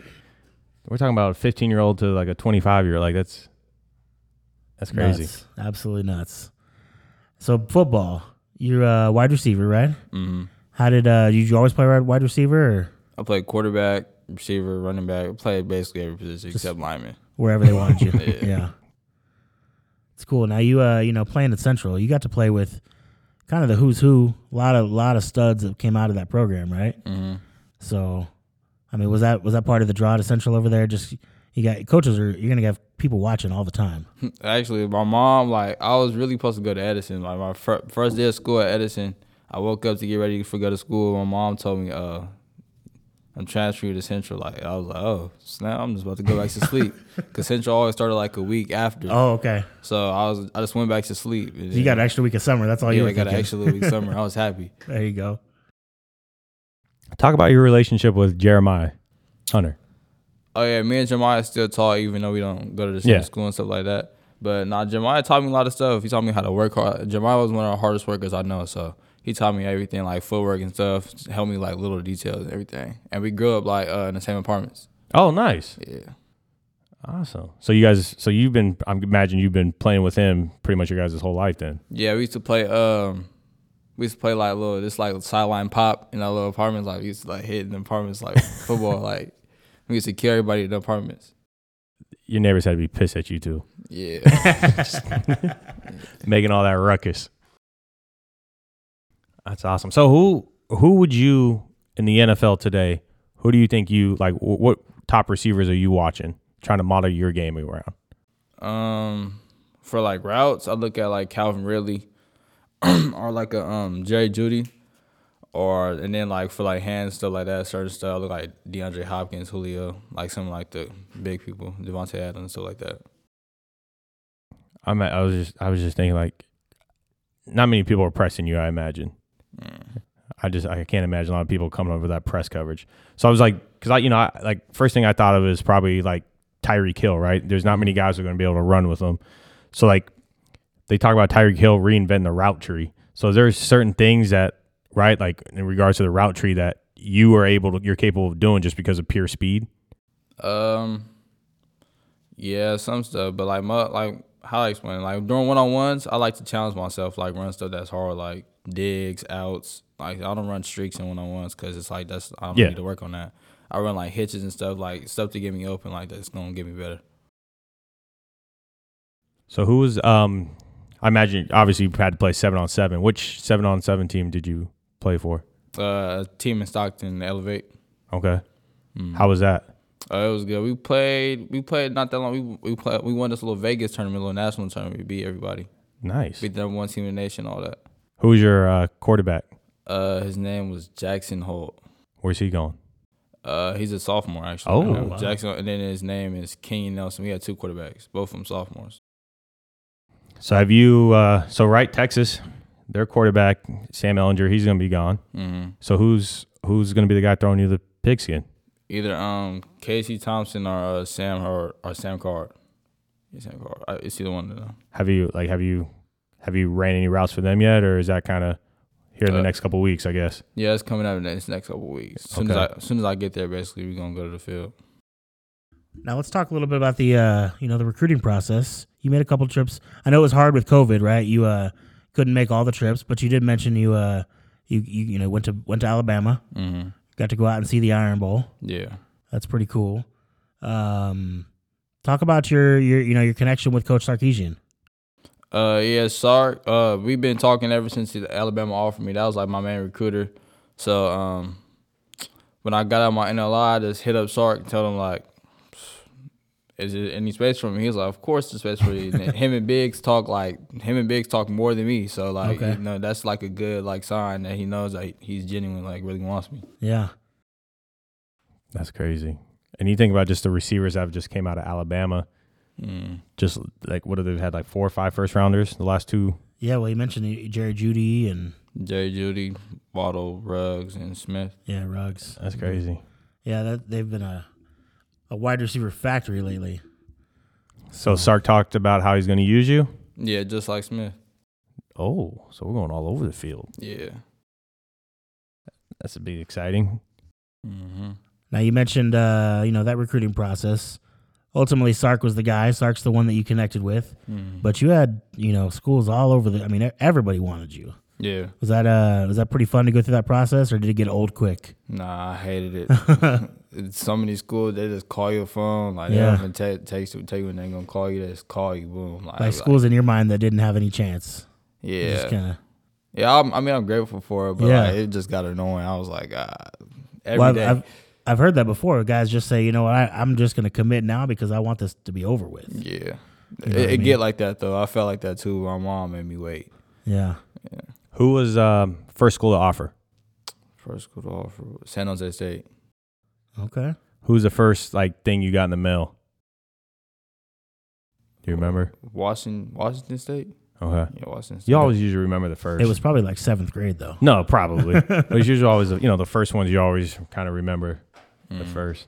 Speaker 3: we're talking about a 15 year old to like a 25 year. Like, that's that's crazy.
Speaker 2: Nuts. Absolutely nuts. So football, you're a wide receiver, right?
Speaker 3: Mm-hmm.
Speaker 8: hmm
Speaker 2: How did uh did you always play wide- wide receiver or
Speaker 8: I played quarterback, receiver, running back. I played basically every position except lineman.
Speaker 2: wherever they wanted you?
Speaker 8: Yeah.
Speaker 2: yeah. It's cool. Now you uh you know playing at Central, you got to play with kind of the who's who, a lot of lot of studs that came out of that program, right?
Speaker 8: hmm
Speaker 2: So I mean, was that was that part of the draw to Central over there just you got coaches are you're going to have people watching all the time.
Speaker 8: Actually, my mom like I was really supposed to go to Edison. Like my fir- first day of school at Edison, I woke up to get ready for go to school. My mom told me, "Uh, I'm transferring to Central." Like I was like, "Oh snap! I'm just about to go back to sleep." Cause Central always started like a week after.
Speaker 2: Oh, okay.
Speaker 8: So I was I just went back to sleep. and
Speaker 2: You got
Speaker 8: then-
Speaker 2: an extra week of summer. That's all you
Speaker 8: yeah,
Speaker 2: were
Speaker 8: I got an
Speaker 2: thinking.
Speaker 8: extra little week summer. I was happy.
Speaker 2: There you go.
Speaker 3: Talk about your relationship with Jeremiah Hunter.
Speaker 8: Oh yeah, me and Jeremiah still talk even though we don't go to the same
Speaker 3: Yeah.
Speaker 8: school and stuff like that. But nah, Jeremiah taught me a lot of stuff. He taught me how to work hard. Jeremiah was one of the hardest workers I know, so he taught me everything like footwork and stuff. Helped me like little details and everything. And we grew up like uh, in the same apartments.
Speaker 3: Oh, nice.
Speaker 8: Yeah.
Speaker 3: Awesome. So, you guys, so you've been, I imagine you've been playing with him pretty much your guys' whole life then.
Speaker 8: Yeah, we used to play. Um, we used to play like little this like sideline pop in our little apartments. Like we used to like hit in the apartments like football. like we used to kill everybody in the apartments.
Speaker 3: Your neighbors had to be pissed at you too,
Speaker 8: Yeah.
Speaker 3: making all that ruckus. That's awesome. So, who, who would you in the NFL today, who do you think you like, wh- what top receivers are you watching, trying to model your game around?
Speaker 8: Um, for like routes, I look at like Calvin Ridley, or like a um Jerry Judy, or and then like for like hands stuff like that, certain stuff. I look like DeAndre Hopkins, Julio, like some like the big people, Devontae Adams, stuff like that.
Speaker 3: I'm, I was just, I was just thinking like, not many people are pressing you. I imagine.
Speaker 8: Mm.
Speaker 3: I just, I can't imagine a lot of people coming over that press coverage. So I was like, because I, you know, I, like first thing I thought of is probably like Tyreek Hill, right? There's not many guys who are going to be able to run with him. So like, they talk about Tyreek Hill reinventing the route tree. So there's certain things that, right, like in regards to the route tree that you are able to, you're capable of doing just because of pure speed.
Speaker 8: Um, yeah, some stuff, but like my like how I explain, it, like during one on ones, I like to challenge myself, like run stuff that's hard, like digs, outs. Like I don't run streaks in one on ones because it's like that's I don't
Speaker 3: Yeah.
Speaker 8: need to work on that. I run like hitches and stuff, like stuff to get me open, like that's gonna get me better.
Speaker 3: So who was, um, I imagine obviously you had to play seven on seven. Which seven on seven team did you play for?
Speaker 8: Uh, team in Stockton, Elevate.
Speaker 3: Okay.
Speaker 8: Mm.
Speaker 3: How was that?
Speaker 8: Uh, it was good. We played. We played not that long. We we played. We won this little Vegas tournament, little national tournament. We beat everybody.
Speaker 3: Nice.
Speaker 8: Beat the number one team in the nation. All that.
Speaker 3: Who was your uh, quarterback?
Speaker 8: Uh, his name was Jackson Holt.
Speaker 3: Where's he going?
Speaker 8: Uh, he's a sophomore actually.
Speaker 3: Oh,
Speaker 8: Uh,
Speaker 3: wow.
Speaker 8: Jackson, and then his name is Kenyon Nelson. We had two quarterbacks, both of them sophomores.
Speaker 3: So have you? Uh, so right, Texas, their quarterback Sam Ellinger, he's going to be gone.
Speaker 8: Mm-hmm.
Speaker 3: So who's who's going to be the guy throwing you the pigskin?
Speaker 8: Either um Casey Thompson or uh, Sam Hard or Sam Card. Yeah, Sam Card. Uh, It's either one of them.
Speaker 3: Have you like have you have you ran any routes for them yet, or is that kind of here in the
Speaker 8: Uh,
Speaker 3: next couple weeks? I guess.
Speaker 8: Yeah, that's coming up in the next next couple weeks. As soon as
Speaker 3: Okay.
Speaker 8: I as soon as I get there, basically we're gonna go to the field.
Speaker 2: Now let's talk a little bit about the uh, you know the recruiting process. You made a couple trips. I know it was hard with COVID, right? You uh, couldn't make all the trips, but you did mention you uh, you, you you know went to went to Alabama,
Speaker 8: Mm-hmm.
Speaker 2: got to go out and see the Iron Bowl.
Speaker 8: Yeah.
Speaker 2: That's pretty cool. Um, talk about your your you know your connection with Coach Sarkeesian.
Speaker 8: Uh, yeah, Sark. Uh, we've been talking ever since the Alabama offered me. That was like my main recruiter. So um, when I got out my NLI, I just hit up Sark and tell him like, "Is there any space for me?" He was like, "Of course, there's space for you." And him and Biggs talk like him and Biggs talk more than me. So like,
Speaker 2: Okay.
Speaker 8: you know, that's like a good like sign that he knows like he's genuine, like really wants me.
Speaker 2: Yeah,
Speaker 3: That's crazy. And you think about just the receivers that have just came out of Alabama.
Speaker 8: Mm.
Speaker 3: Just like what have they had like four or five first rounders the last two?
Speaker 2: yeah. Well, you mentioned Jerry Judy and
Speaker 8: Jay Judy, Waddle, Ruggs, and Smith.
Speaker 2: yeah Ruggs.
Speaker 3: That's crazy.
Speaker 2: Yeah, that, they've been a a wide receiver factory lately.
Speaker 3: So Sark talked about how he's going to use you.
Speaker 8: Yeah, just like Smith.
Speaker 3: Oh, so we're going all over the field.
Speaker 8: Yeah.
Speaker 3: That's a big exciting.
Speaker 8: Mm-hmm.
Speaker 2: Now you mentioned uh, you know that recruiting process. Ultimately, Sark was the guy. Sark's the one that you connected with.
Speaker 8: Mm-hmm.
Speaker 2: But you had you know schools all over the. I mean, e- everybody wanted you.
Speaker 8: Yeah.
Speaker 2: Was that uh was that pretty fun to go through that process, or did it get old quick?
Speaker 8: Nah, I hated it. It's so many schools, they just call your phone. Like,
Speaker 2: Yeah.
Speaker 8: they don't even ta- text you, tell you when they're going to call you. They just call you, boom. Like,
Speaker 2: Like schools in your mind that didn't have any chance. You
Speaker 8: yeah.
Speaker 2: Just kind of.
Speaker 8: yeah, I'm, I mean, I'm grateful for it, but
Speaker 2: Yeah.
Speaker 8: like, it just got annoying. I was like, ah, every
Speaker 2: Well, I've,
Speaker 8: day.
Speaker 2: I've I've heard that before. Guys just say, you know what, I, I'm just going to commit now because I want this to be over with.
Speaker 8: yeah.
Speaker 2: You know
Speaker 8: it
Speaker 2: what I
Speaker 8: it
Speaker 2: mean?
Speaker 8: get like that, though. I felt like that, too. My mom made me wait.
Speaker 2: Yeah.
Speaker 3: Who was um, first school to offer?
Speaker 8: First school to offer, was San Jose State.
Speaker 2: Okay.
Speaker 3: Who's the first like thing you got in the mail? Do you remember?
Speaker 8: Washington, Washington State?
Speaker 3: Okay.
Speaker 8: Yeah, Washington State.
Speaker 3: You always usually remember the first.
Speaker 2: It was probably like seventh grade though.
Speaker 3: no, probably. it was usually always you know the first ones you always kind of remember the
Speaker 8: Mm.
Speaker 3: first.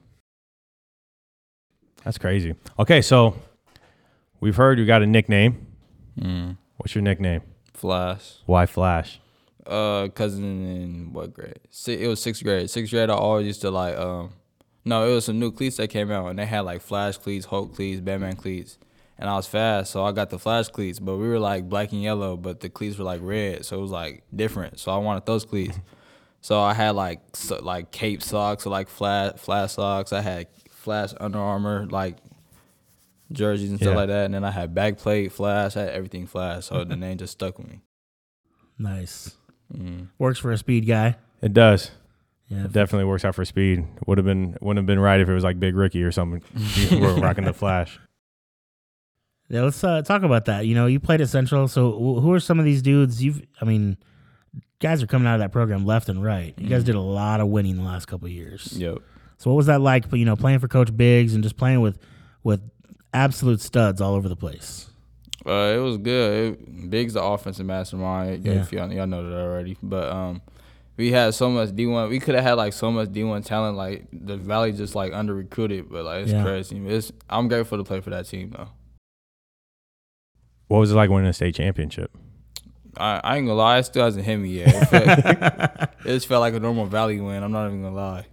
Speaker 3: That's crazy. Okay, so we've heard you got a nickname.
Speaker 8: Mm.
Speaker 3: What's your nickname?
Speaker 8: Flash.
Speaker 3: Why Flash?
Speaker 8: uh cousin in what grade? Si it was sixth grade. Sixth grade, I always used to like um, no, it was some new cleats that came out, and they had like Flash cleats, Hulk cleats, Batman cleats, and I was fast, so I got the Flash cleats. But we were like black and yellow, but the cleats were like red, so it was like different. So I wanted those cleats. So I had like so, like cape socks, or like flat flash socks. I had Flash Under Armour like jerseys and stuff
Speaker 3: Yeah.
Speaker 8: like that, and then I had backplate Flash. I had everything Flash, so the name just stuck with me.
Speaker 2: Nice.
Speaker 8: Mm.
Speaker 2: Works for a speed guy.
Speaker 3: It does.
Speaker 2: Yeah.
Speaker 3: It definitely works out for speed. Would have been wouldn't have been right if it was like Big Ricky or something. You We're rocking the Flash.
Speaker 2: Yeah, let's uh, talk about that. You know, you played at Central, so wh- who are some of these dudes? You've, I mean, guys are coming out of that program left and right. You guys
Speaker 8: Mhm.
Speaker 2: did a lot of winning the last couple of years.
Speaker 8: Yep.
Speaker 2: So what was that like? You know, playing for Coach Biggs and just playing with with absolute studs all over the place.
Speaker 8: Uh, it was good. It, Big's the offensive mastermind.
Speaker 2: Yeah.
Speaker 8: If y'all, y'all know that already, but um, we had so much D one. We could have had like so much D one talent. Like the Valley just like under recruited, but like it's
Speaker 2: Yeah.
Speaker 8: crazy. It's I'm grateful to play for that team though.
Speaker 3: What was it like winning a state championship?
Speaker 8: I, I ain't gonna lie, it still hasn't hit me yet. It, felt, it just felt like a normal Valley win. I'm not even gonna lie.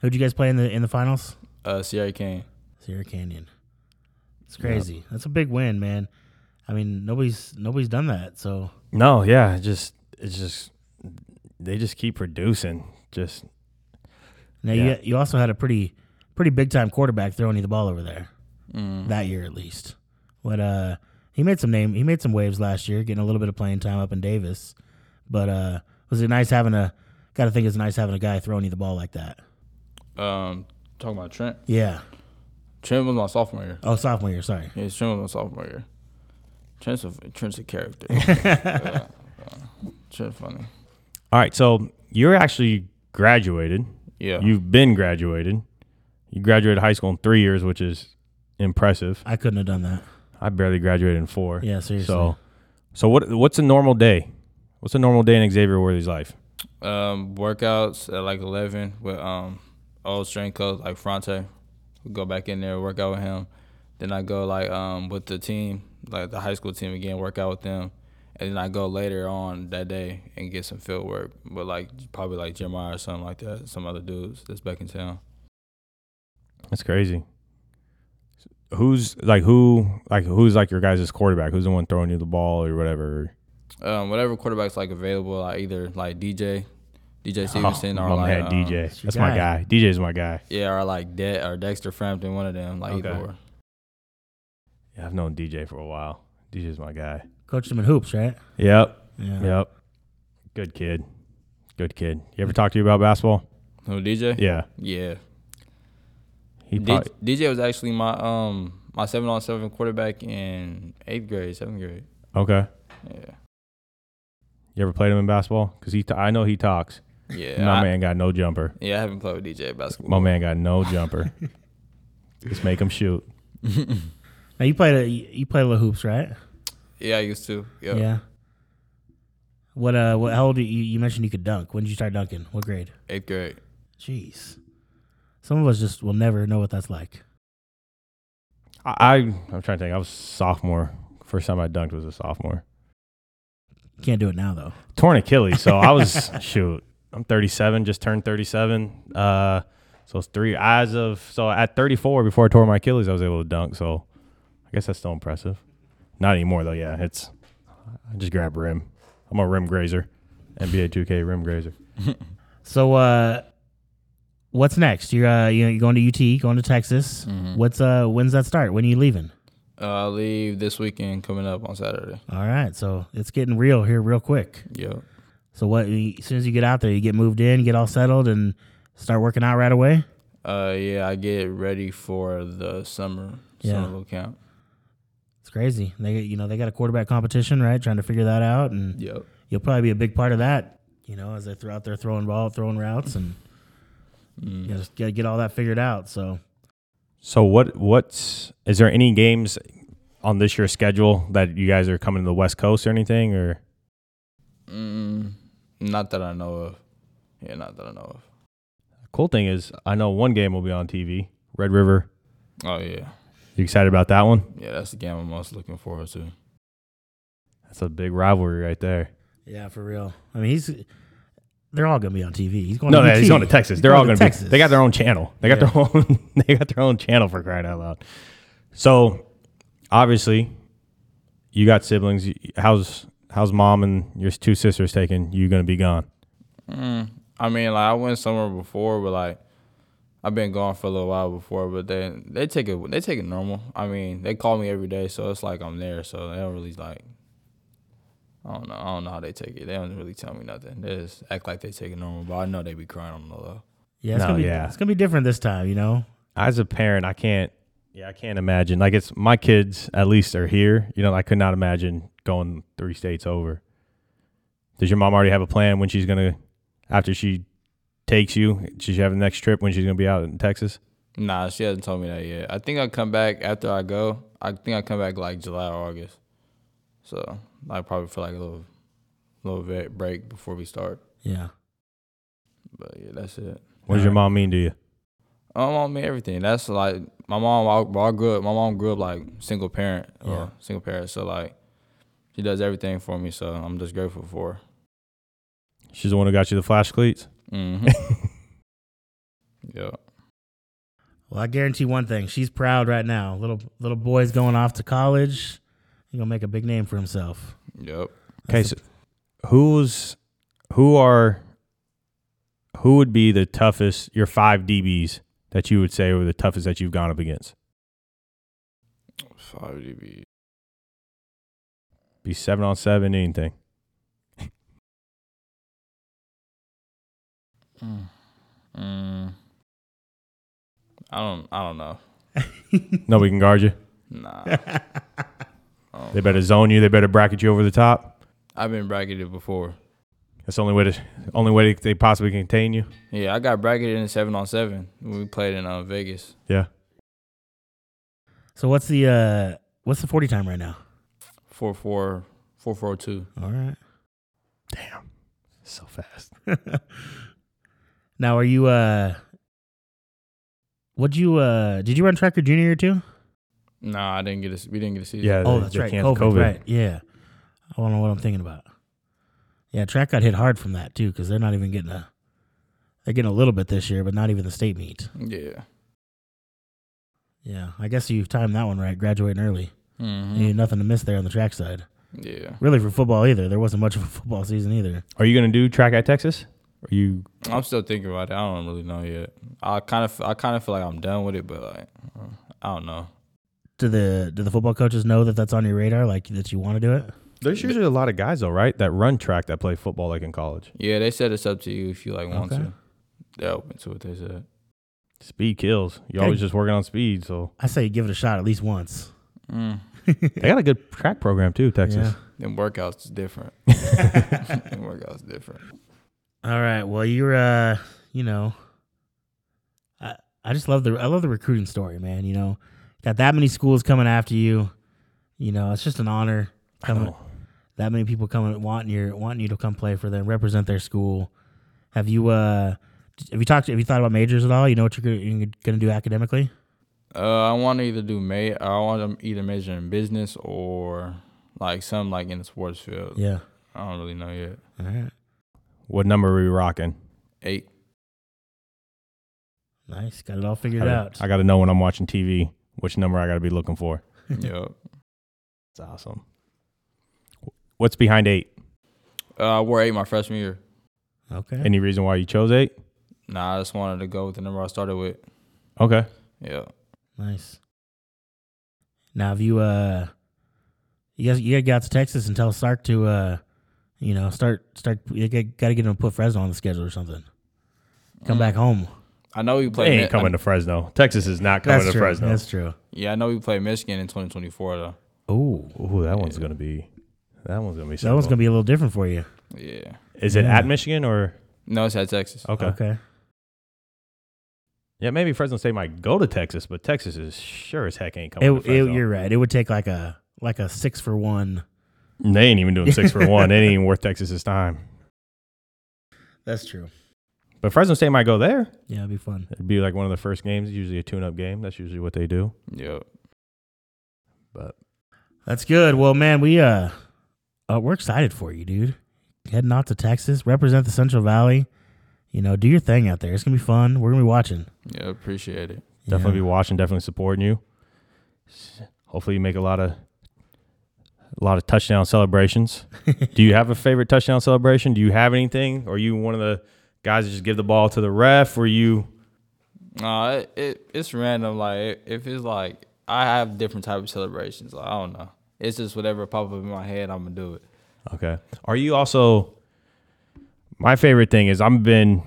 Speaker 2: Who'd you guys play in the in the finals?
Speaker 8: Uh, Sierra Kane.
Speaker 2: Sierra Canyon. It's crazy. That's a big win, man. I mean, nobody's nobody's done that. So
Speaker 3: No, yeah, it just it's just they just keep producing. Just
Speaker 2: now
Speaker 3: Yeah.
Speaker 2: you you also had a pretty pretty big time quarterback throwing you the ball over there.
Speaker 8: Mm.
Speaker 2: that year at least. But uh, he made some name. He made some waves last year, getting a little bit of playing time up in Davis. But uh, was it nice having a? Got to think it's nice having a guy throwing you the ball like that.
Speaker 8: Um, talking about Trent.
Speaker 2: Yeah.
Speaker 8: Trent was my sophomore year.
Speaker 2: Oh, sophomore year. Sorry.
Speaker 8: Yeah, Trent was my sophomore year. Trent's a, Trent's a character. Yeah. Trent funny.
Speaker 3: all right. So you're actually graduated.
Speaker 8: Yeah.
Speaker 3: You've been graduated. You graduated high school in three years, which is impressive.
Speaker 2: I couldn't have done that.
Speaker 3: I barely graduated in four.
Speaker 2: Yeah, seriously.
Speaker 3: So, so what? What's a normal day? What's a normal day in Xavier Worthy's life?
Speaker 8: Um, workouts at like eleven with um old strength coach like Fronte. We go back in there, work out with him. Then I go like um with the team, like the high school team again, work out with them. And then I go later on that day and get some field work with like probably like Jeremiah or something like that, some other dudes that's back in town.
Speaker 3: That's crazy. Who's like who? Like who's like your guys' quarterback? Who's the one throwing you the ball or whatever?
Speaker 8: Um, whatever quarterback's like available, like either like DJ, DJ Stevenson or
Speaker 3: oh,
Speaker 8: like
Speaker 3: man,
Speaker 8: um,
Speaker 3: DJ.
Speaker 2: it's your
Speaker 3: That's my
Speaker 2: guy.
Speaker 3: guy. DJ's my guy.
Speaker 8: Yeah, or like De- or Dexter Frampton, one of them, like either
Speaker 3: Okay.
Speaker 8: or.
Speaker 3: Yeah, I've known DJ for a while. DJ's my guy.
Speaker 2: Coached him in hoops, right?
Speaker 3: Yep.
Speaker 2: Yeah.
Speaker 3: Yep. Good kid. Good kid. You ever talk to you about basketball?
Speaker 8: Who DJ?
Speaker 3: Yeah.
Speaker 8: Yeah.
Speaker 3: He
Speaker 8: D-
Speaker 3: probably,
Speaker 8: DJ was actually my um my seven on seven quarterback in eighth grade, seventh grade.
Speaker 3: okay.
Speaker 8: Yeah.
Speaker 3: You ever played him in basketball? Because he, ta- I know he talks.
Speaker 8: Yeah.
Speaker 3: my
Speaker 8: I,
Speaker 3: man got no jumper.
Speaker 8: Yeah, I haven't played with DJ basketball.
Speaker 3: My man got no jumper. Just make him shoot.
Speaker 2: Now you played a you played a little hoops, right?
Speaker 8: Yeah, I used to. Yeah.
Speaker 2: Yeah. What uh? What? How old? Are you you mentioned you could dunk. When did you start dunking? What grade?
Speaker 8: Eighth grade.
Speaker 2: Jeez. Some of us just will never know what that's like.
Speaker 3: I, I I'm trying to think. I was sophomore. First time I dunked was a sophomore.
Speaker 2: Can't do it now though.
Speaker 3: Torn Achilles. So I was shoot. I'm 37. Just turned 37. Uh, so it's three eyes of. So at 34, before I tore my Achilles, I was able to dunk. So I guess that's still impressive. Not anymore though. Yeah, it's. I just grab rim. I'm a rim grazer. NBA 2K rim grazer.
Speaker 2: So uh, what's next? You're uh, you know, you're going to UT, going to Texas. What's uh? When's that start? When are you leaving?
Speaker 8: Uh, I leave this weekend coming up on Saturday.
Speaker 2: All right. So it's getting real here, real quick.
Speaker 8: Yeah.
Speaker 2: So what? As soon as you get out there, you get moved in, get all settled, and start working out right away.
Speaker 8: Uh, yeah, I get ready for the summer
Speaker 2: Yeah.
Speaker 8: summer little camp.
Speaker 2: It's crazy. They you know they got a quarterback competition, right? Trying to figure that out, and
Speaker 8: Yep.
Speaker 2: you'll probably be a big part of that. You know, as they throw out there throwing ball, throwing routes, and you know, just gotta get all that figured out. So
Speaker 3: So what what's is there any games on this year's schedule that you guys are coming to the West Coast or anything or
Speaker 8: Mm, not that I know of. Yeah, not that I know of.
Speaker 3: cool thing is I know one game will be on TV, Red River.
Speaker 8: Oh yeah,
Speaker 3: You excited about that one?
Speaker 8: yeah. That's the game I'm most looking forward to.
Speaker 3: That's a big rivalry right there.
Speaker 2: yeah, for real. I mean, he's they're all gonna be on TV. He's going.
Speaker 3: No,
Speaker 2: to E
Speaker 3: no,
Speaker 2: UT.
Speaker 3: he's going to Texas. They're all going to be. They got their own channel. They got
Speaker 2: Yeah.
Speaker 3: their own. They got their own channel for crying out loud. So, obviously, you got siblings. How's how's mom and your two sisters taking? You going to be gone?
Speaker 8: Mm, I mean, like I went somewhere before, but like I've been gone for a little while before. But they they take it they take it normal. I mean, they call me every day, so it's like I'm there. So they don't really like. I don't know. I don't know how they take it. They don't really tell me nothing. They just act like they take it normal, but I know they be crying on the low.
Speaker 2: Yeah, it's
Speaker 3: No,
Speaker 2: gonna be,
Speaker 3: yeah.
Speaker 2: it's gonna be different this time. You know,
Speaker 3: as a parent, I can't. Yeah, I can't imagine. Like it's my kids. At least are here. You know, I could not imagine going three states over. Does your mom already have a plan when she's gonna, after she takes you, she's have the next trip when she's gonna be out in Texas?
Speaker 8: Nah, she hasn't told me that yet. I think I come back after I go. I think I come back like July or August. So I probably for like a little little ve- break before we start.
Speaker 2: yeah.
Speaker 8: But yeah, that's it.
Speaker 3: What does your mom mean to you?
Speaker 8: My mom made everything. That's like my mom. I, well, I grew up. My mom grew up like single parent or
Speaker 2: Yeah.
Speaker 8: single parent. So like, she does everything for me. So I'm just grateful for.
Speaker 3: She's the one who got you the flash cleats.
Speaker 8: her. hmm yeah.
Speaker 2: Well, I guarantee one thing: she's proud right now. Little little boy's going off to college. He's gonna make a big name for himself.
Speaker 8: Yep.
Speaker 3: Okay, so who's who are who would be the toughest? Your five DBs that you would say were the toughest that you've gone up against?
Speaker 8: Five DB.
Speaker 3: Be seven on seven, anything.
Speaker 8: Mm. Mm. I don't. I don't know.
Speaker 3: Nobody can guard you.
Speaker 8: Nah.
Speaker 3: They better zone you. They better bracket you over the top.
Speaker 8: I've been bracketed before.
Speaker 3: That's the only way to only way they possibly can contain you.
Speaker 8: Yeah, I got bracketed in seven on seven when we played in uh, Vegas.
Speaker 3: Yeah.
Speaker 2: So what's the uh What's the 40 time right now?
Speaker 8: Four four four four two.
Speaker 2: All right.
Speaker 3: Damn, so fast.
Speaker 2: Now, are you, uh, would you, uh, did you run track your junior year too?
Speaker 8: Nah, I didn't get a. We didn't get a season.
Speaker 3: Yeah.
Speaker 2: Oh,
Speaker 3: they-
Speaker 2: that's
Speaker 3: they
Speaker 2: right. COVID,
Speaker 3: canceled COVID.
Speaker 2: Right. Yeah. I don't know what I'm thinking about. Yeah, track got hit hard from that too because they're not even getting a. They're getting a little bit this year, but not even the state meet.
Speaker 8: Yeah.
Speaker 2: Yeah, I guess you've timed that one right. Graduating early, you
Speaker 3: Mm-hmm.
Speaker 8: hmm
Speaker 2: had nothing to miss there on the track side.
Speaker 8: Yeah.
Speaker 2: Really for football either. There wasn't much of a football season either.
Speaker 3: Are you gonna do track at Texas? Are you
Speaker 8: I'm still thinking about it. I don't really know yet. I kind of, I kind of feel like I'm done with it, but like, I don't know.
Speaker 2: Do the do the football coaches know that that's on your radar, like that you want to do it?
Speaker 3: There's usually a lot of guys though, right? That run track that play football like in college.
Speaker 8: Yeah, they said it's up to you if you like want
Speaker 2: Okay.
Speaker 8: to. They're open to what they said.
Speaker 3: Speed kills. You always just working on speed, so
Speaker 2: I say you give it a shot at least once.
Speaker 8: Mm.
Speaker 3: they got a good track program too, Texas.
Speaker 8: Them workouts is different. Them workouts different.
Speaker 2: All right. Well, you're uh, you know, I I just love the I love the recruiting story, man. You know, got that many schools coming after you. You know, it's just an honor coming. That many people coming wanting your wanting you to come play for them, represent their school. Have you uh, have you talked? Have you thought about majors at all? You know what you're, gonna- you're going to do academically?
Speaker 8: Uh, I want to either do ma- I want to either major in business or like some like in the sports field.
Speaker 2: Yeah.
Speaker 8: I don't really know yet.
Speaker 2: All right.
Speaker 3: What number are we rocking?
Speaker 8: Eight.
Speaker 2: Nice. Got it all figured
Speaker 3: I gotta-
Speaker 2: out.
Speaker 3: I got to know when I'm watching TV which number I got to be looking for.
Speaker 8: yep.
Speaker 3: It's awesome. What's behind eight?
Speaker 8: Uh, I wore eight my freshman year.
Speaker 2: okay.
Speaker 3: Any reason why you chose eight?
Speaker 8: Nah, I just wanted to go with the number I started with.
Speaker 3: Okay.
Speaker 8: Yeah.
Speaker 2: Nice. Now, have you uh, you guys, you guys got to Texas and tell Sark to uh, you know, start start. You got to get him to put Fresno on the schedule or something. Come back home.
Speaker 8: I know we
Speaker 3: They
Speaker 8: played. Mi-
Speaker 3: ain't coming to Fresno. Texas is not coming
Speaker 2: That's
Speaker 3: to
Speaker 2: true.
Speaker 3: Fresno.
Speaker 2: That's true.
Speaker 8: yeah, I know we played Michigan in 2024 though.
Speaker 2: Oh,
Speaker 3: Ooh, that one's gonna be. That one's gonna be.
Speaker 2: that one's
Speaker 3: simple.
Speaker 2: gonna be a little different for you.
Speaker 8: Yeah.
Speaker 3: Is it
Speaker 2: Yeah.
Speaker 3: at Michigan or?
Speaker 8: No, it's at Texas.
Speaker 3: Okay.
Speaker 2: Okay.
Speaker 3: Yeah, maybe Fresno State might go to Texas, but Texas is sure as heck ain't
Speaker 2: It,
Speaker 3: coming. to
Speaker 2: it-
Speaker 3: Fresno.
Speaker 2: you're right. It would take like a like a six for one.
Speaker 3: They ain't even doing six for one. It ain't even worth Texas's time.
Speaker 2: That's true.
Speaker 3: But Fresno State might go there.
Speaker 2: Yeah, it'd be fun.
Speaker 3: It'd be like one of the first games, usually a tune-up game. That's usually what they do.
Speaker 8: Yep.
Speaker 3: But
Speaker 2: That's good. Well, man, we uh, uh we're excited for you, dude. Heading out to Texas, represent the Central Valley. You know, do your thing out there. It's gonna be fun. We're gonna be watching.
Speaker 8: Yeah, appreciate it.
Speaker 3: definitely
Speaker 2: Yeah.
Speaker 3: be watching, definitely supporting you. S- Hopefully, you make a lot of a lot of touchdown celebrations. do you have a favorite touchdown celebration? Do you have anything? Are you one of the guys that just give the ball to the ref? Or you?
Speaker 8: Nah, it, it it's random. Like if it's like I have different type of celebrations. Like I don't know. It's just whatever pop up in my head. I'm gonna do it.
Speaker 3: Okay. Are you also? My favorite thing is I've been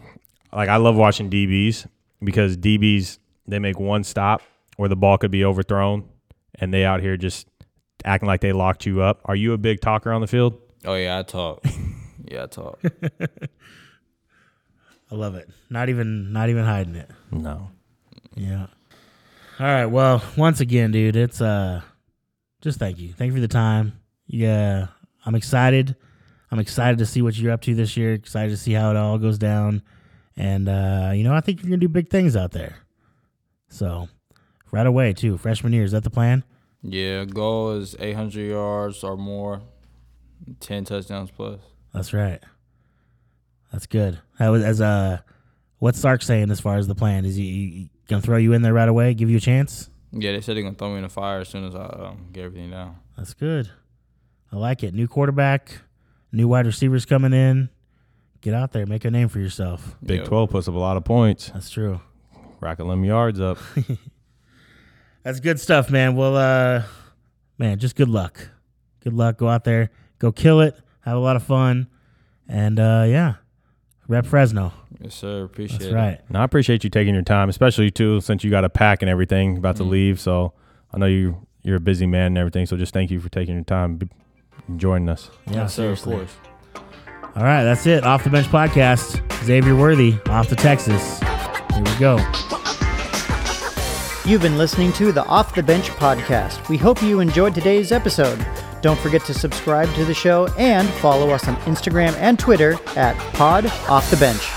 Speaker 3: like I love watching DBs because DBs they make one stop or the ball could be overthrown and they out here just acting like they locked you up. Are you a big talker on the field?
Speaker 8: Oh yeah, I talk. yeah, I talk.
Speaker 2: I love it. Not even not even hiding it.
Speaker 3: No.
Speaker 2: Yeah. All right. Well, once again, dude, it's uh just thank you. Thank you for the time. Yeah. I'm excited. I'm excited to see what you're up to this year. Excited to see how it all goes down. And uh, you know, I think you're gonna do big things out there. So right away too. Freshman year, is that the plan?
Speaker 8: Yeah, goal is 800 yards or more, 10 touchdowns plus.
Speaker 2: That's right. That's good. That was as uh what's Sark saying as far as the plan? Is he, he gonna throw you in there right away, give you a chance?
Speaker 8: Yeah, they said they're gonna throw me in the fire as soon as I um, get everything down.
Speaker 2: That's good. I like it. New quarterback, new wide receivers coming in. Get out there, make a name for yourself.
Speaker 3: Big
Speaker 8: Yeah.
Speaker 3: Twelve puts up a lot of points.
Speaker 2: That's true.
Speaker 3: Rocket them yards up.
Speaker 2: That's good stuff, man. Well, uh, man, just good luck. Good luck. Go out there, go kill it, have a lot of fun, and uh, yeah, rep Fresno.
Speaker 8: Yes, sir. Appreciate
Speaker 2: That's
Speaker 8: it.
Speaker 2: right.
Speaker 3: And I appreciate you taking your time, especially too since you got a pack and everything about to leave. So I know you you're a busy man and everything. So just thank you for taking your time, b- joining us.
Speaker 2: Yeah,
Speaker 8: Yes, sir. Of
Speaker 2: seriously.
Speaker 8: course.
Speaker 2: All right, that's it. Off the bench podcast. Xavier Worthy off to Texas. Here we go.
Speaker 1: You've been listening to the Off the Bench podcast. We hope you enjoyed today's episode. Don't forget to subscribe to the show and follow us on Instagram and Twitter at Pod Off the Bench.